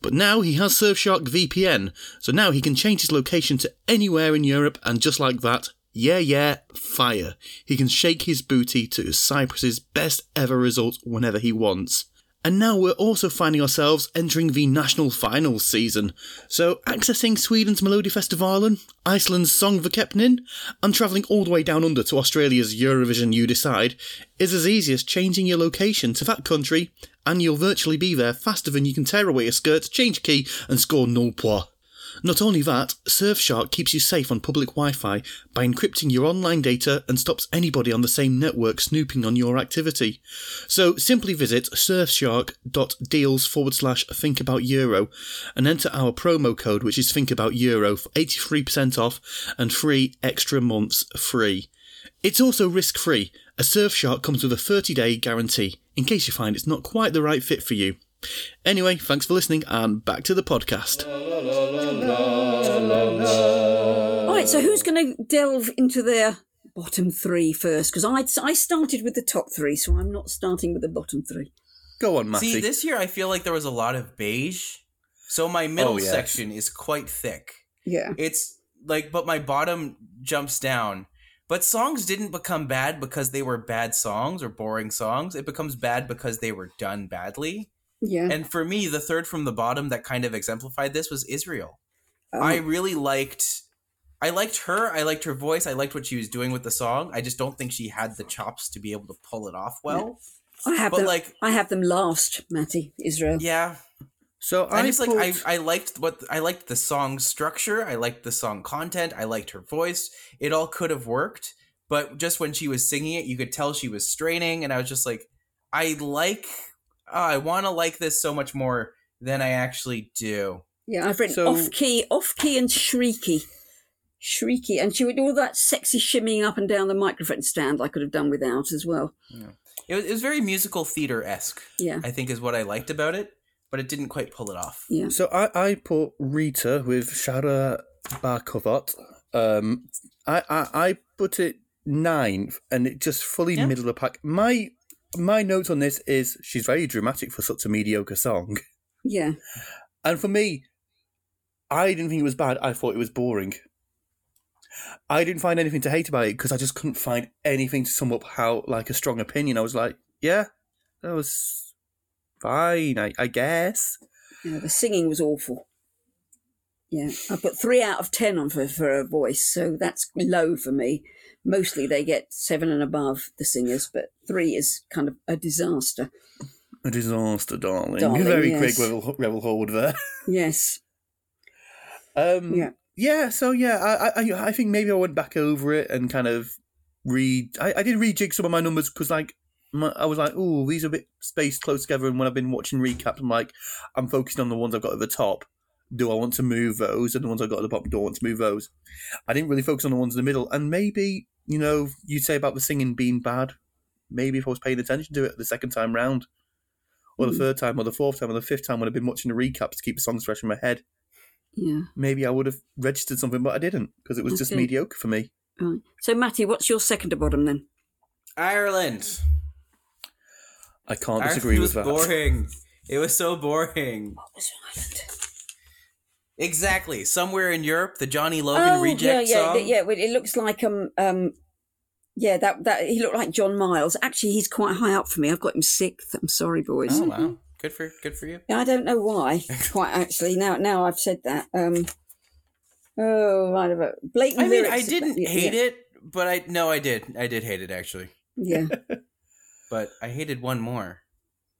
E: But now he has Surfshark VPN, so now he can change his location to anywhere in Europe and just like that, yeah, yeah, fire. He can shake his booty to Cyprus's best ever result whenever he wants. And now we're also finding ourselves entering the national finals season. So accessing Sweden's Melodifestivalen, Iceland's Songvakepnin, and travelling all the way down under to Australia's Eurovision You Decide is as easy as changing your location to that country, and you'll virtually be there faster than you can tear away a skirt, change key, and score null points. Not only that, Surfshark keeps you safe on public Wi Fi by encrypting your online data and stops anybody on the same network snooping on your activity. So simply visit surfshark.deals forward slash thinkaboutEuro and enter our promo code, which is thinkaboutEuro, for 83% off and three extra months free. It's also risk free, as Surfshark comes with a 30 day guarantee in case you find it's not quite the right fit for you. Anyway, thanks for listening and back to the podcast.
C: All right, so who's going to delve into their bottom three first? Because I, I started with the top three, so I'm not starting with the bottom three.
B: go on, Matty.
D: See, this year I feel like there was a lot of beige, so my middle
B: Oh, yes.
D: section is quite thick.
C: Yeah.
D: It's like, but my bottom jumps down. But songs didn't become bad because they were bad songs or boring songs. It becomes bad because they were done badly.
C: Yeah.
D: And for me, the third from the bottom that kind of exemplified this was Israel.
C: Oh,
D: I really liked I liked her, I liked her voice, I liked what she was doing with the song. I just don't think she had the chops to be able to pull it off well.
C: I have
D: But,
C: them.
D: like-
C: I have them last, Matty Israel.
D: Yeah,
B: So
D: I
B: I
D: just like I,
B: put-
D: I liked what I liked the song structure. I liked the song content. I liked her voice. It all could have worked, but just when she was singing it, you could tell she was straining, and I was just like, I like. uh, I want to like this so much more than I actually do.
C: Yeah, I've written
B: So-
C: off key, off key, and shrieky, shrieky, and she would do all that sexy shimmying up and down the microphone stand. I could have done without as well.
D: It was, it was very musical theater esque.
C: Yeah,
D: I think is what I liked about it, but it didn't quite pull it off.
C: yeah.
B: So I, I put Rita with Shara Barkovot. Um, I, I I put it nine, and it just fully
D: Yeah.
B: middle of the pack. My my note on this is she's very dramatic for such a mediocre song,
C: Yeah,
B: and for me, I didn't think it was bad. I thought it was boring. I didn't find anything to hate about it because I just couldn't find anything to sum up how like a strong opinion. I was like, yeah, that was fine, I, I guess.
C: yeah. The singing was awful. Yeah, I put three out of ten on for for her voice, so that's low for me. Mostly they get seven and above the singers, but three is kind of a disaster.
B: A disaster, darling.
C: Darling,
B: Very
C: yes.
B: Craig Revel, Revel Horwood there.
C: Yes.
B: Um,
C: Yeah.
B: yeah. So yeah, I, I- I I think maybe I went back over it and kind of re I, I did rejig some of my numbers because like my, I was like, oh, these are a bit spaced close together. And when I've been watching recaps, I'm like, I'm focusing on the ones I've got at the top. Do I want to move those? And the ones I got at the bottom, do I want to move those? I didn't really focus on the ones in the middle. And maybe you know you say about the singing being bad. Maybe if I was paying attention to it the second time round, or the
C: Hmm.
B: third time, or the fourth time, or the fifth time, when I've been watching the recaps to keep the songs fresh in my head
C: Yeah.
B: maybe I would have registered something, but I didn't because it was just
C: Okay.
B: mediocre for me.
C: Right. So, Matty, what's your second to bottom then?
D: Ireland.
B: I can't
D: Ireland
B: disagree
D: was
B: with that.
D: boring. It was so boring.
C: What was Ireland?
D: Exactly. Somewhere in Europe, the Johnny Logan reject
C: Oh, yeah, yeah,
D: song.
C: th- yeah. Well, it looks like um um yeah that that he looked like John Miles. Actually, he's quite high up for me. I've got him sixth. I'm sorry, boys.
D: Oh wow. Good for good for you.
C: Yeah, I don't know why. Quite actually, now now I've said that. Um, oh, right about blatant.
D: I mean, I
C: lyrics.
D: didn't
C: Yeah,
D: hate
C: yeah,
D: it, but I no, I did. I did hate it actually.
C: Yeah,
D: But I hated one more.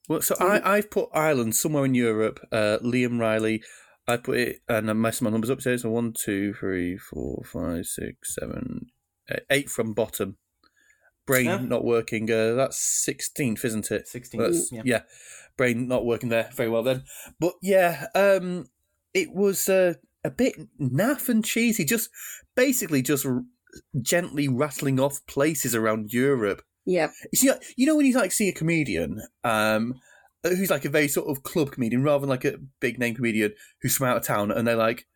B: Well, so I, I've put Ireland somewhere in Europe. Uh, Liam Riley, I put it and I messed my numbers up. So it's one, two, three, four, five, six, seven, eh, eight from bottom. Brain
D: Yeah.
B: not working. Uh, that's sixteenth, isn't it?
D: 16th,
B: That's-
D: yeah.
B: yeah. Brain not working there very well then. But yeah, um, it was uh, a bit naff and cheesy. Just basically just r- gently rattling off places around Europe.
C: yeah,
B: You see, you know when you like see a comedian um, who's like a very sort of club comedian rather than like a big name comedian who's from out of town, and they're like,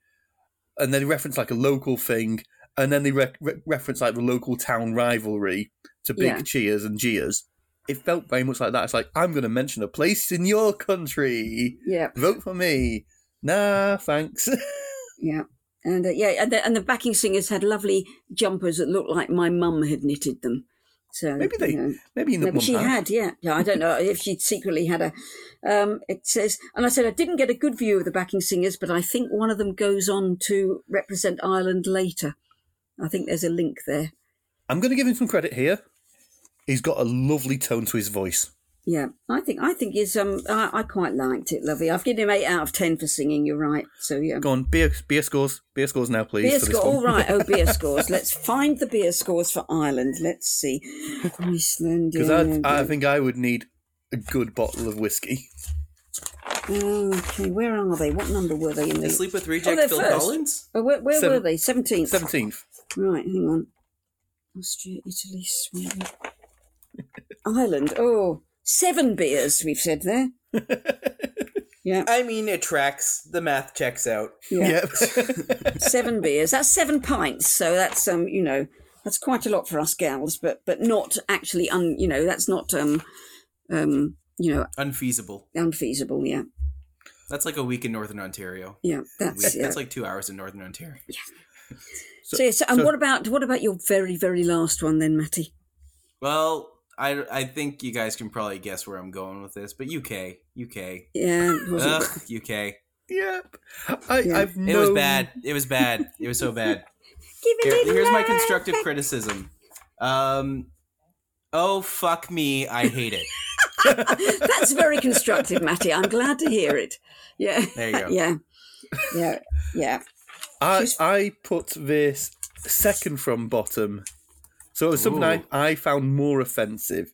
B: and they reference like a local thing, and then they re- re- reference like the local town rivalry to big
C: Yeah.
B: cheers and jeers. It felt very much like that. It's like I'm going to mention a place in your country.
C: yeah,
B: Vote for me. Nah, thanks.
C: yeah. And uh, yeah, and the, and the backing singers had lovely jumpers that looked like my mum had knitted them. So
B: Maybe they-
C: you know.
B: Maybe in the
C: Maybe
B: one
C: she had, yeah. yeah. I don't know if she'd secretly had a. Um, it says, and I said, I didn't get a good view of the backing singers, but I think one of them goes on to represent Ireland later. I think there's a link there.
B: I'm going to give him some credit here. He's got a lovely tone to his voice.
C: Yeah, I think I think is um I, I quite liked it, lovely. I've given him eight out of ten for singing. You're right. So yeah,
B: Go on, beer, beer scores, beer scores now, please.
C: beer
B: for this
C: score.
B: one.
C: All right. Oh, beer scores. Let's find the beer scores for Ireland. Let's see, Iceland.
B: Because
C: yeah,
B: I, I think I would need a good bottle of whiskey.
C: okay, where are they? What number were they in
D: They
C: the?
D: sleep with reject
C: they're
D: Phil
C: first.
D: Collins?
C: Oh, where where
B: Seven-
C: were they? Seventeenth.
B: Seventeenth.
C: Right, hang on. Austria, Italy, Sweden, Ireland. Oh, seven beers we've said there. Yeah,
D: I mean it tracks. The math checks out.
C: yeah,
B: Yep.
C: seven beers. That's seven pints. So that's um, you know, that's quite a lot for us gals, but but not actually un, you know, that's not um, um, you know,
D: Unfeasible.
C: unfeasible. Yeah,
D: That's like a week in Northern Ontario.
C: yeah,
D: Week.
C: that's yeah.
D: That's like two hours in Northern Ontario.
C: so, yeah, so and what about what about your very very last one then, Matty?
D: Well, I, I think you guys can probably guess where I'm going with this, but UK, UK,
C: Yeah, it wasn't-
D: Ugh, UK.
B: Yep. I,
C: Yeah.
B: I've
D: It was
B: known-
D: bad. It was bad. It was so bad.
C: give
D: Here-
C: it in
D: here's my
C: love.
D: constructive criticism. Um, oh fuck me, I hate it.
C: That's very constructive, Matty. I'm glad to hear it. Yeah.
D: There you go.
C: Yeah. Yeah. Yeah.
B: I,
C: She's-
B: I put this second from bottom. So it was something I,
D: Ooh.
B: I found more offensive.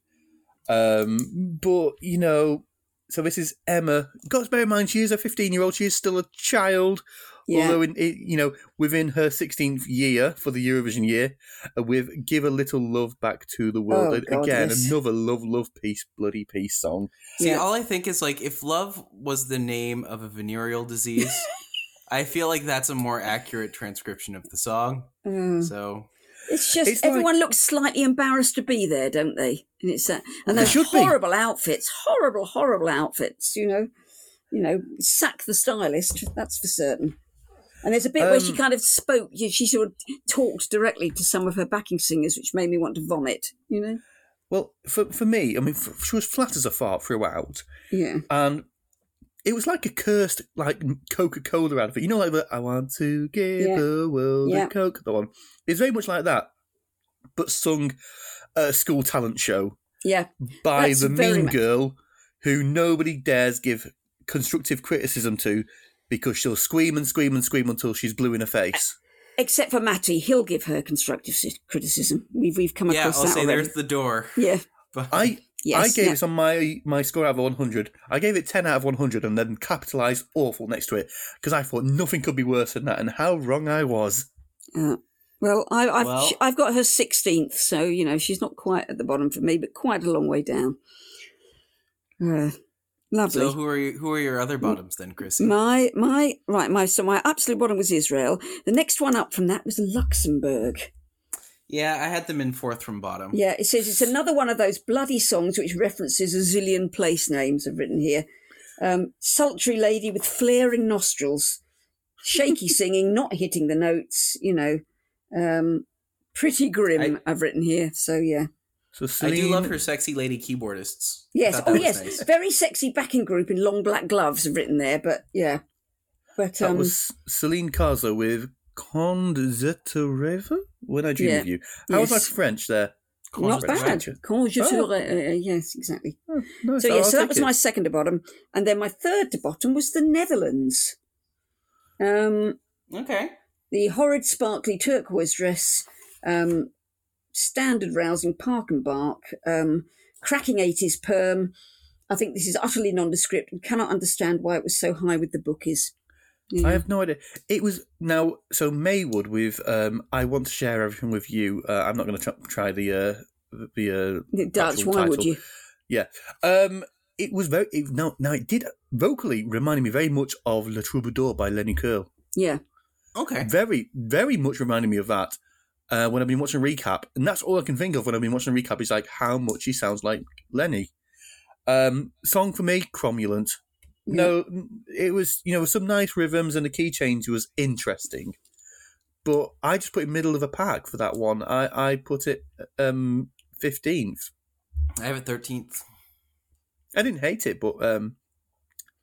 B: Um, but, you know, so this is Emma. Got to bear in mind, she is a 15 year old. She is still a child.
C: Yeah.
B: Although, in, it, you know, within her 16th year for the Eurovision year, uh, with Give a Little Love Back to the World.
C: Oh,
B: And
C: God,
B: Again,
C: yes.
B: another love, love, peace, bloody peace song.
D: See,
C: Yeah.
D: all I think is like if love was the name of a venereal disease, I feel like that's a more accurate transcription of the song.
C: Mm.
D: So
C: It's just
B: It's like-
C: everyone looks slightly embarrassed to be there, don't they? And it's that, and
B: They
C: those
B: should be.
C: horrible outfits, horrible, horrible outfits. You know, you know, sack the stylist. That's for certain. And there's a bit where she
B: Um,
C: kind of spoke. She she sort of talked directly to some of her backing singers, which made me want to vomit. You know.
B: Well, for, for me, I mean, f she was flat as a fart throughout.
C: Yeah.
B: and it was like a cursed like Coca Cola advert. You know, like the "I want to give
C: Yeah.
B: the world
C: Yeah.
B: a Coke." The one it's very much like that, but sung at a school talent show
C: Yeah.
B: by
C: That's
B: the
C: very
B: mean
C: much-
B: girl who nobody dares give constructive criticism to because she'll scream and scream and scream until she's blue in the face.
C: Except for Matty, he'll give her constructive si- criticism. We've we've come
D: yeah,
C: across
D: I'll
C: that
D: say
C: already.
D: there's the door.
C: Yeah.
D: But
B: I
C: Yes.
B: I gave
C: yeah.
B: this on my my score out of 100. I gave it 10 out of 100 and then capitalized awful next to it because I thought nothing could be worse than that and how wrong I was.
C: Uh, well, I, I've
D: Well-
C: sh I've got her sixteenth, so you know she's not quite at the bottom for me, but quite a long way down. Uh, lovely.
D: so who are you, who are your
C: Mm.
D: other bottoms then, Chrissy?
C: my my right my so my absolute bottom was Israel. The next one up from that was Luxembourg.
D: yeah, I had them in fourth from bottom.
C: Yeah, it says it's another one of those bloody songs which references a zillion place names I've written here. Um, sultry lady with flaring nostrils, shaky singing, not hitting the notes, you know. Um, pretty grim, I, have written here. So, yeah.
B: So
D: I
B: Celine,
D: do love her sexy lady keyboardists. I
C: Yes.
D: thought that
C: Oh,
D: was
C: yes.
D: nice.
C: Very sexy backing group in long black gloves, I've written there, but yeah. But,
B: That
C: um,
B: was Celine Caza with Conde Zetareva? When I dream
C: Yeah.
B: of you. How was my
C: Yes.
B: French there?
C: not bad.
B: Conjecture.
C: Conjecture,
B: Oh.
C: uh, uh, yes, exactly.
B: Oh, nice.
C: So, yeah,
B: I'll
C: so
B: take
C: that was
B: it.
C: my second to bottom. And then my third to bottom was the Netherlands. Um,
D: Okay.
C: the horrid sparkly turquoise dress, um, standard rousing park and bark, um, cracking 80s perm. I think this is utterly nondescript and cannot understand why it was so high with the bookies. Yeah.
B: I have no idea. It was now so Maywood with um, I want to share everything with you. Uh, I'm not going to try, try the uh, the uh,
C: The Dutch,
B: actual
C: why would
B: title.
C: you?
B: Um, it was very it, now. Now it did vocally reminded me very much of Le Troubadour by Lenny Curl.
C: Yeah,
D: Okay.
B: Very, very much reminded me of that. Uh, when I've been watching recap, and that's all I can think of when I've been watching recap is like how much he sounds like Lenny. Um, song for me, cromulent. No, it was you know some nice rhythms and the key change was interesting, but I just put it middle of a pack for that one. I I put it um fifteenth.
D: I have a thirteenth.
B: I didn't hate it, but um,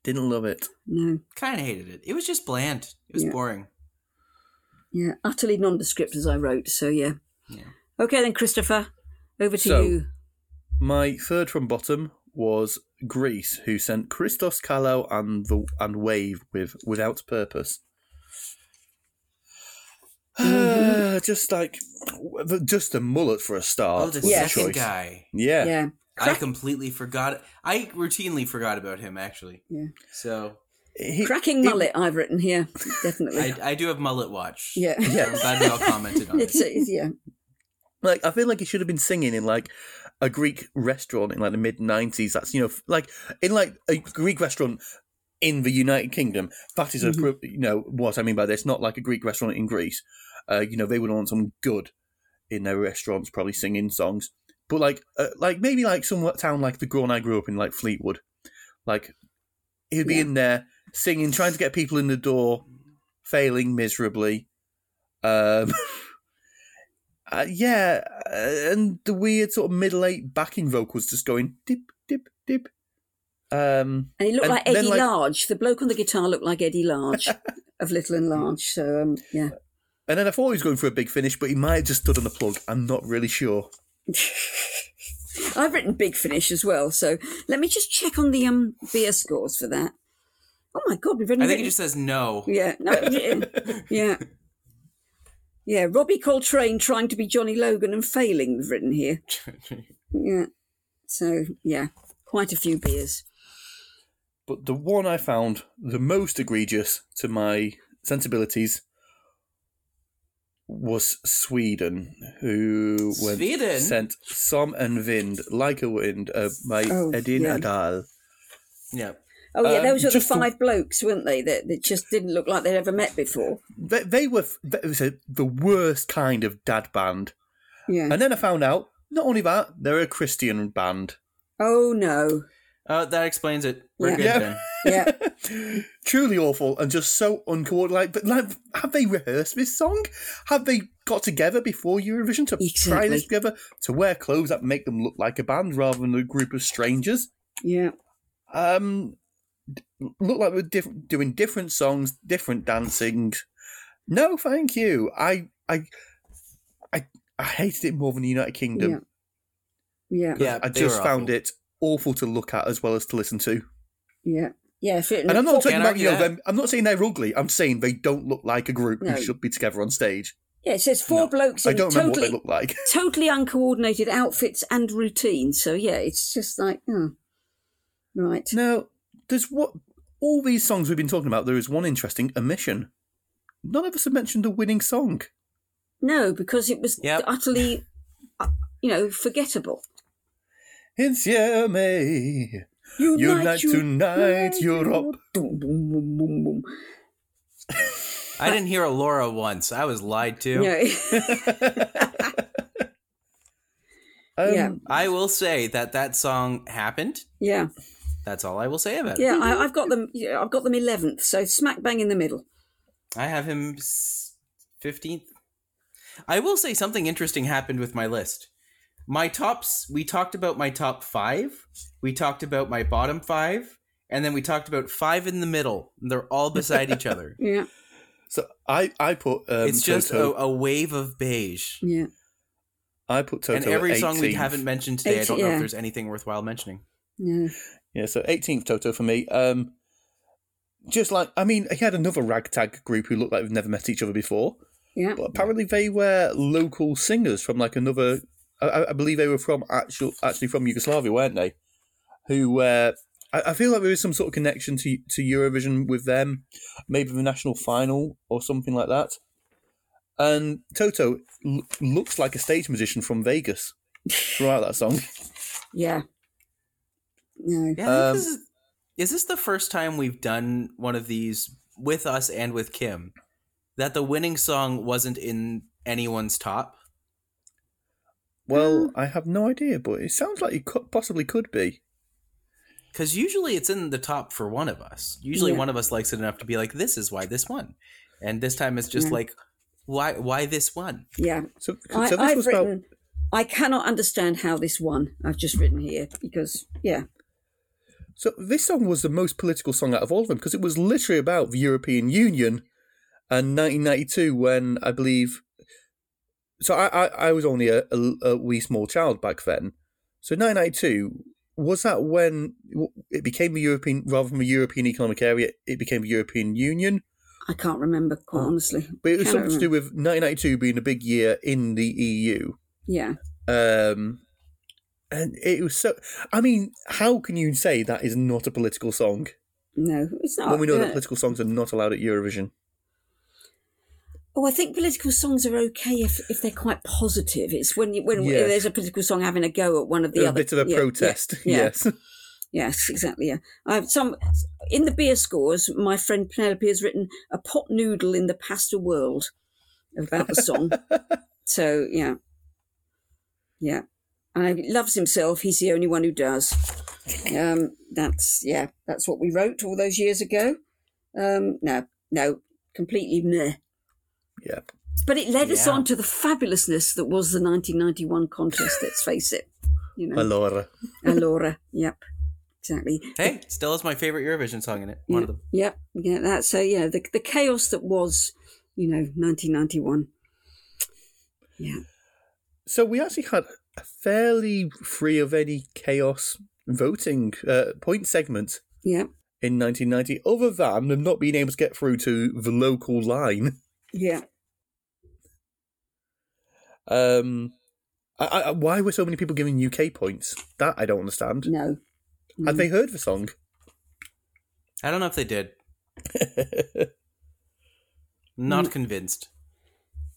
B: didn't love it.
C: no,
D: Kind of hated it. It was just bland. It was
C: Yeah.
D: boring.
C: yeah, utterly nondescript as I wrote. So yeah,
D: Yeah.
C: okay then, Christopher, over to
B: So-
C: you.
B: My third from bottom was Greece, who sent Christos Kalo and the and Wave with without purpose. Ah, just like just a mullet for a start.
D: Oh, the
B: was the
C: Yeah.
D: second
B: choice.
D: guy.
B: Yeah.
C: yeah.
D: I completely forgot. I routinely forgot about him actually.
C: Yeah.
D: So
B: He-
C: cracking
B: it-
C: mullet. I've written here definitely.
D: I, I do have mullet watch.
C: yeah,
D: I'm glad we all commented on it.
C: it's, it's yeah,
B: Like I feel like he should have been singing in like a Greek restaurant in like the mid '90s. That's you know f- like in like a Greek restaurant in the United Kingdom. That is a
C: Mhm.
B: pro you know what I mean by this. Not like a Greek restaurant in Greece. Uh, you know they would want someone good in their restaurants, probably singing songs. But like uh, like maybe like some town like the one I grew up in, like Fleetwood. Like he'd be
C: Yeah.
B: in there singing, trying to get people in the door, failing miserably. Um, uh, yeah, uh, and the weird sort of middle eight backing vocals just going dip dip dip. Um,
C: and he looked
B: And
C: like
B: then,
C: Eddie
B: like-
C: Large. The bloke on the guitar looked like Eddie Large of Little and Large. So um, yeah,
B: and then I thought he was going for a big finish, but he might have just stood on the plug. I'm not really sure.
C: I've written Big Finish as well, so let me just check on the um beer scores for that. Oh my god, we've only
D: I think it
C: written-
D: just says no.
C: yeah, no, yeah, yeah, yeah. Robbie Coltrane trying to be Johnny Logan and failing. We've written here. Yeah, so yeah, quite a few beers.
B: But the one I found the most egregious to my sensibilities was Sweden, who went-
D: Sweden?
B: sent Som and Vind, like a wind, uh, by
C: Oh,
B: Edin
C: yeah.
B: Adal.
D: Yeah.
C: Oh yeah,
B: Um,
C: those were the
B: just to-
C: five blokes, weren't they? That, that just didn't look like they'd ever met before.
B: They, they were f- they- it was a, the worst kind of dad band.
C: Yeah.
B: And then I found out, not only that, they're a Christian band.
C: Oh no.
D: Oh, that explains it. We're
C: Yeah.
D: good
B: Yeah.
D: then.
C: Yeah.
B: Truly awful and just so uncoordinated. But like, have they rehearsed this song? Have they got together before Eurovision to try
C: Exactly.
B: this together to wear clothes that make them look like a band rather than a group of strangers?
C: Yeah.
B: Um, d- look like we're diff- doing different songs, different dancing. No, thank you. I, I, I, I hated it more than the United Kingdom.
C: Yeah. Yeah.
D: Yeah,
B: I
D: they
B: just
D: were
B: found
D: awful.
B: it awful to look at as well as to listen to.
C: Yeah. Yeah. if it-
B: And I'm not
D: Can't
B: talking about
D: argue
B: you know
D: that.
B: them. I'm not saying they're ugly. I'm saying they don't look like a group
C: No.
B: who should be together on stage.
C: Yeah, it says four
D: No,
C: blokes
B: I
C: in
B: don't remember what
C: totally
B: they look like.
C: totally uncoordinated outfits and routines. So yeah, it's just like oh. right.
B: Now, there's what all these songs we've been talking about. There is one interesting omission. None of us have mentioned a winning song.
C: No, because it was
D: Yep.
C: utterly, uh, you know, forgettable.
B: It's yeah, May. Unite tonight, Europe.
C: Boom, boom, boom, boom, boom.
D: I didn't hear a Laura once. I was lied to.
C: No.
B: Um,
C: Yeah.
D: I will say that that song happened.
C: yeah,
D: That's all I will say about it.
C: yeah. I, I've got them. Yeah, I've got them eleventh. So smack bang in the middle.
D: I have him s- 15th. I will say something interesting happened with my list. My tops, we talked about my top five, we talked about my bottom five, and then we talked about five in the middle. And they're all beside each other.
C: Yeah,
B: So I I put um,
D: it's just oh, a,
B: Toto,
D: a wave of beige.
C: yeah.
B: I put Toto
D: and every
B: at
D: song we
B: 18th.
D: haven't mentioned today, I don't
C: Eighteen,
D: know
C: yeah.
D: if there's anything worthwhile mentioning.
C: No.
B: Yeah, so 18th Toto for me. Um, just like, I mean, he had another ragtag group who looked like they've never met each other before,
C: Yeah.
B: but apparently they were local singers from like another. I- I, I believe they were from actual, actually from Yugoslavia, weren't they? Who uh, I, I feel like there is some sort of connection to to Eurovision with them, maybe the national final or something like that. And Toto l- looks like a stage musician from Vegas throughout that song.
C: Yeah. No.
D: Yeah, I
B: Um,
D: think this is, is this the first time we've done one of these with us and with Kim? That the winning song wasn't in anyone's top?
B: Well, I have no idea, but it sounds like it could, possibly could be.
D: Because usually it's in the top for one of us. Usually
C: Yeah.
D: one of us likes it enough to be like, "This is why this won," and this time it's just
C: Yeah.
D: like, "Why why this one?"
C: Yeah.
B: So,
C: I,
B: so this
C: I've
B: was
C: written.
B: about
C: I cannot understand how this won. I've just written here because yeah,
B: so this song was the most political song out of all of them because it was literally about the European Union and 1992 when I believe. So I I, I was only a, a, a wee small child back then. So 1992 was that when it became the European rather than the European Economic Area, it became the European Union.
C: I can't remember quite honestly.
B: Oh. But it was
C: Cannot
B: something to do
C: remember.
B: with 1992 being a big year in the EU.
C: Yeah,
B: Um, and it was so. I mean, how can you say that is not a political song
C: no, it's not.
B: when we know that
C: yeah.
B: political songs are not allowed at Eurovision?
C: Oh, I think political songs are okay if, if they're quite positive. It's when you, when
B: Yes.
C: there's a political song having a go at one of the
B: a
C: other.
B: bit of a
C: yeah, yeah,
B: protest,
C: yeah,
B: yes.
C: Yes, exactly. Yeah, I've some in the beer scores. My friend Penelope has written a pot noodle in the pasta world about the song. so yeah, yeah, and he loves himself. He's the only one who does. Um, that's yeah, that's what we wrote all those years ago. Um, no, no, completely meh.
B: Yeah.
C: But it led us
D: Yeah.
C: on to the fabulousness that was the 1991 contest. let's face it, you know,
B: Laura.
C: Allora. Yep, exactly.
D: Hey, still has my favorite Eurovision song in it. One
C: Yeah,
D: of them.
C: Yep, yeah, that's so. Yeah, the the chaos that was, you know, 1991. Yeah,
B: So we actually had fairly free of any chaos voting uh, point segment
C: Yeah.
B: in 1990, other than them not being able to get through to the local line.
C: Yeah.
B: Um, I, I, why were so many people giving UK points? That I don't understand.
C: No. Mm.
B: Had they heard the song?
D: I don't know if they did. Not
C: Mm.
D: convinced.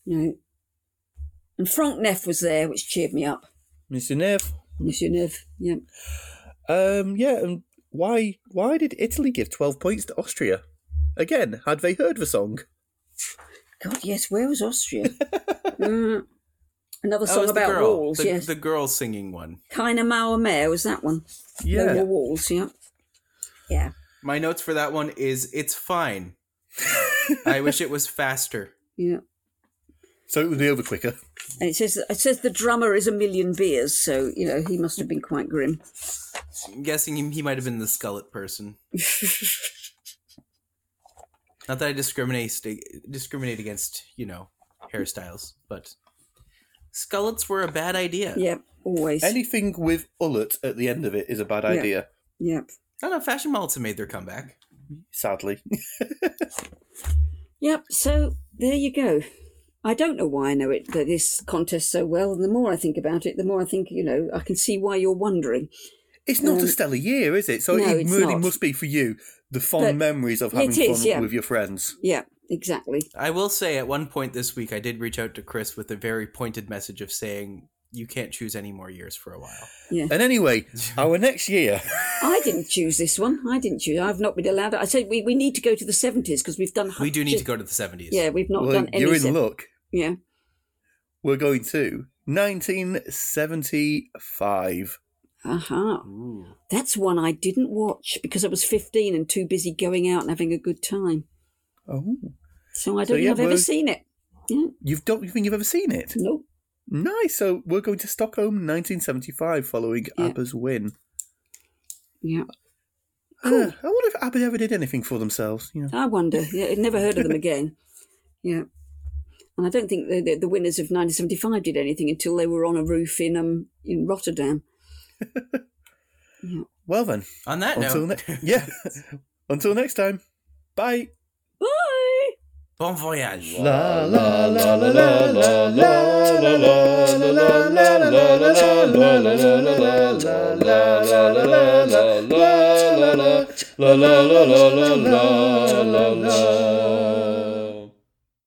C: No. And Frank Neff was there, which cheered me up.
B: Mr. Nev.
C: Monsieur Neff. Yeah.
B: Um, yeah, and why why did Italy give 12 points to Austria? Again, had they heard the song?
C: God, yes. Where was Austria? Mm. Another
D: it
C: song
D: was
C: about
D: Oh, the girl,
C: walls.
D: the,
C: yes.
D: the girl singing one.
C: Kaina Mauer Mare was that one. No
B: Yeah.
C: more walls. Yeah. Yeah.
D: My notes for that one is it's fine. I wish it was faster.
C: Yeah.
B: So it would be over quicker.
C: And it says it says the drummer is a million beers, so you know he must have been quite grim.
D: I'm guessing he, he might have been the skullet person. Not that I discriminate discriminate against you know hairstyles, but skullets were a bad idea.
C: Yep, always.
B: Anything with ullet at the end of it is a bad
C: Yeah.
B: idea,
C: yep.
D: I don't know. Fashion models have made their comeback.
B: sadly.
C: Yep. So there you go. I don't know why I know it that this contest so well, and the more I think about it, the more I think you know I can see why you're wondering.
B: It's not
C: Um,
B: a stellar year, is it? So
C: no,
B: it
C: it's
B: really
C: not.
B: must be for you the fond
C: But
B: memories of
C: it
B: having
C: is,
B: fun
C: yeah.
B: with your friends.
C: Yeah, exactly.
D: I will say, at one point this week, I did reach out to Chris with a very pointed message of saying, "You can't choose any more years for a while."
B: And anyway, our next year.
C: I didn't choose this one. I didn't choose. I've not been allowed. I said we, we need to go to the seventies because we've done.
D: We do need to go to the seventies.
C: Yeah, we've not
B: well,
C: done any.
B: you're in
C: sev-
B: luck.
C: Yeah.
B: We're going to 1975.
C: Aha. Uh-huh. That's one I didn't watch because I was fifteen and too busy going out and having a good time.
B: Oh,
C: So I
B: So,
C: don't think
B: yeah,
C: I've ever
B: we're-
C: seen it. Yeah.
B: you've don't you think you've ever seen it?
C: Nope.
B: Nice. So we're going to Stockholm, 1975, following
C: Yeah.
B: ABBA's win.
C: Yeah.
B: Huh, I wonder if ABBA ever did anything for themselves. You know.
C: I wonder. Yeah, I'd never heard of them again. Yeah. And I don't think the, the, the winners of 1975 did anything until they were on a roof in um in Rotterdam.
B: Well then,
D: On that
B: until
D: note,
B: ne- yeah, until next time. Bye.
C: Bye.
D: bon voyage.
A: La la la la la la la la la la la la la la la la la la la la la la la la.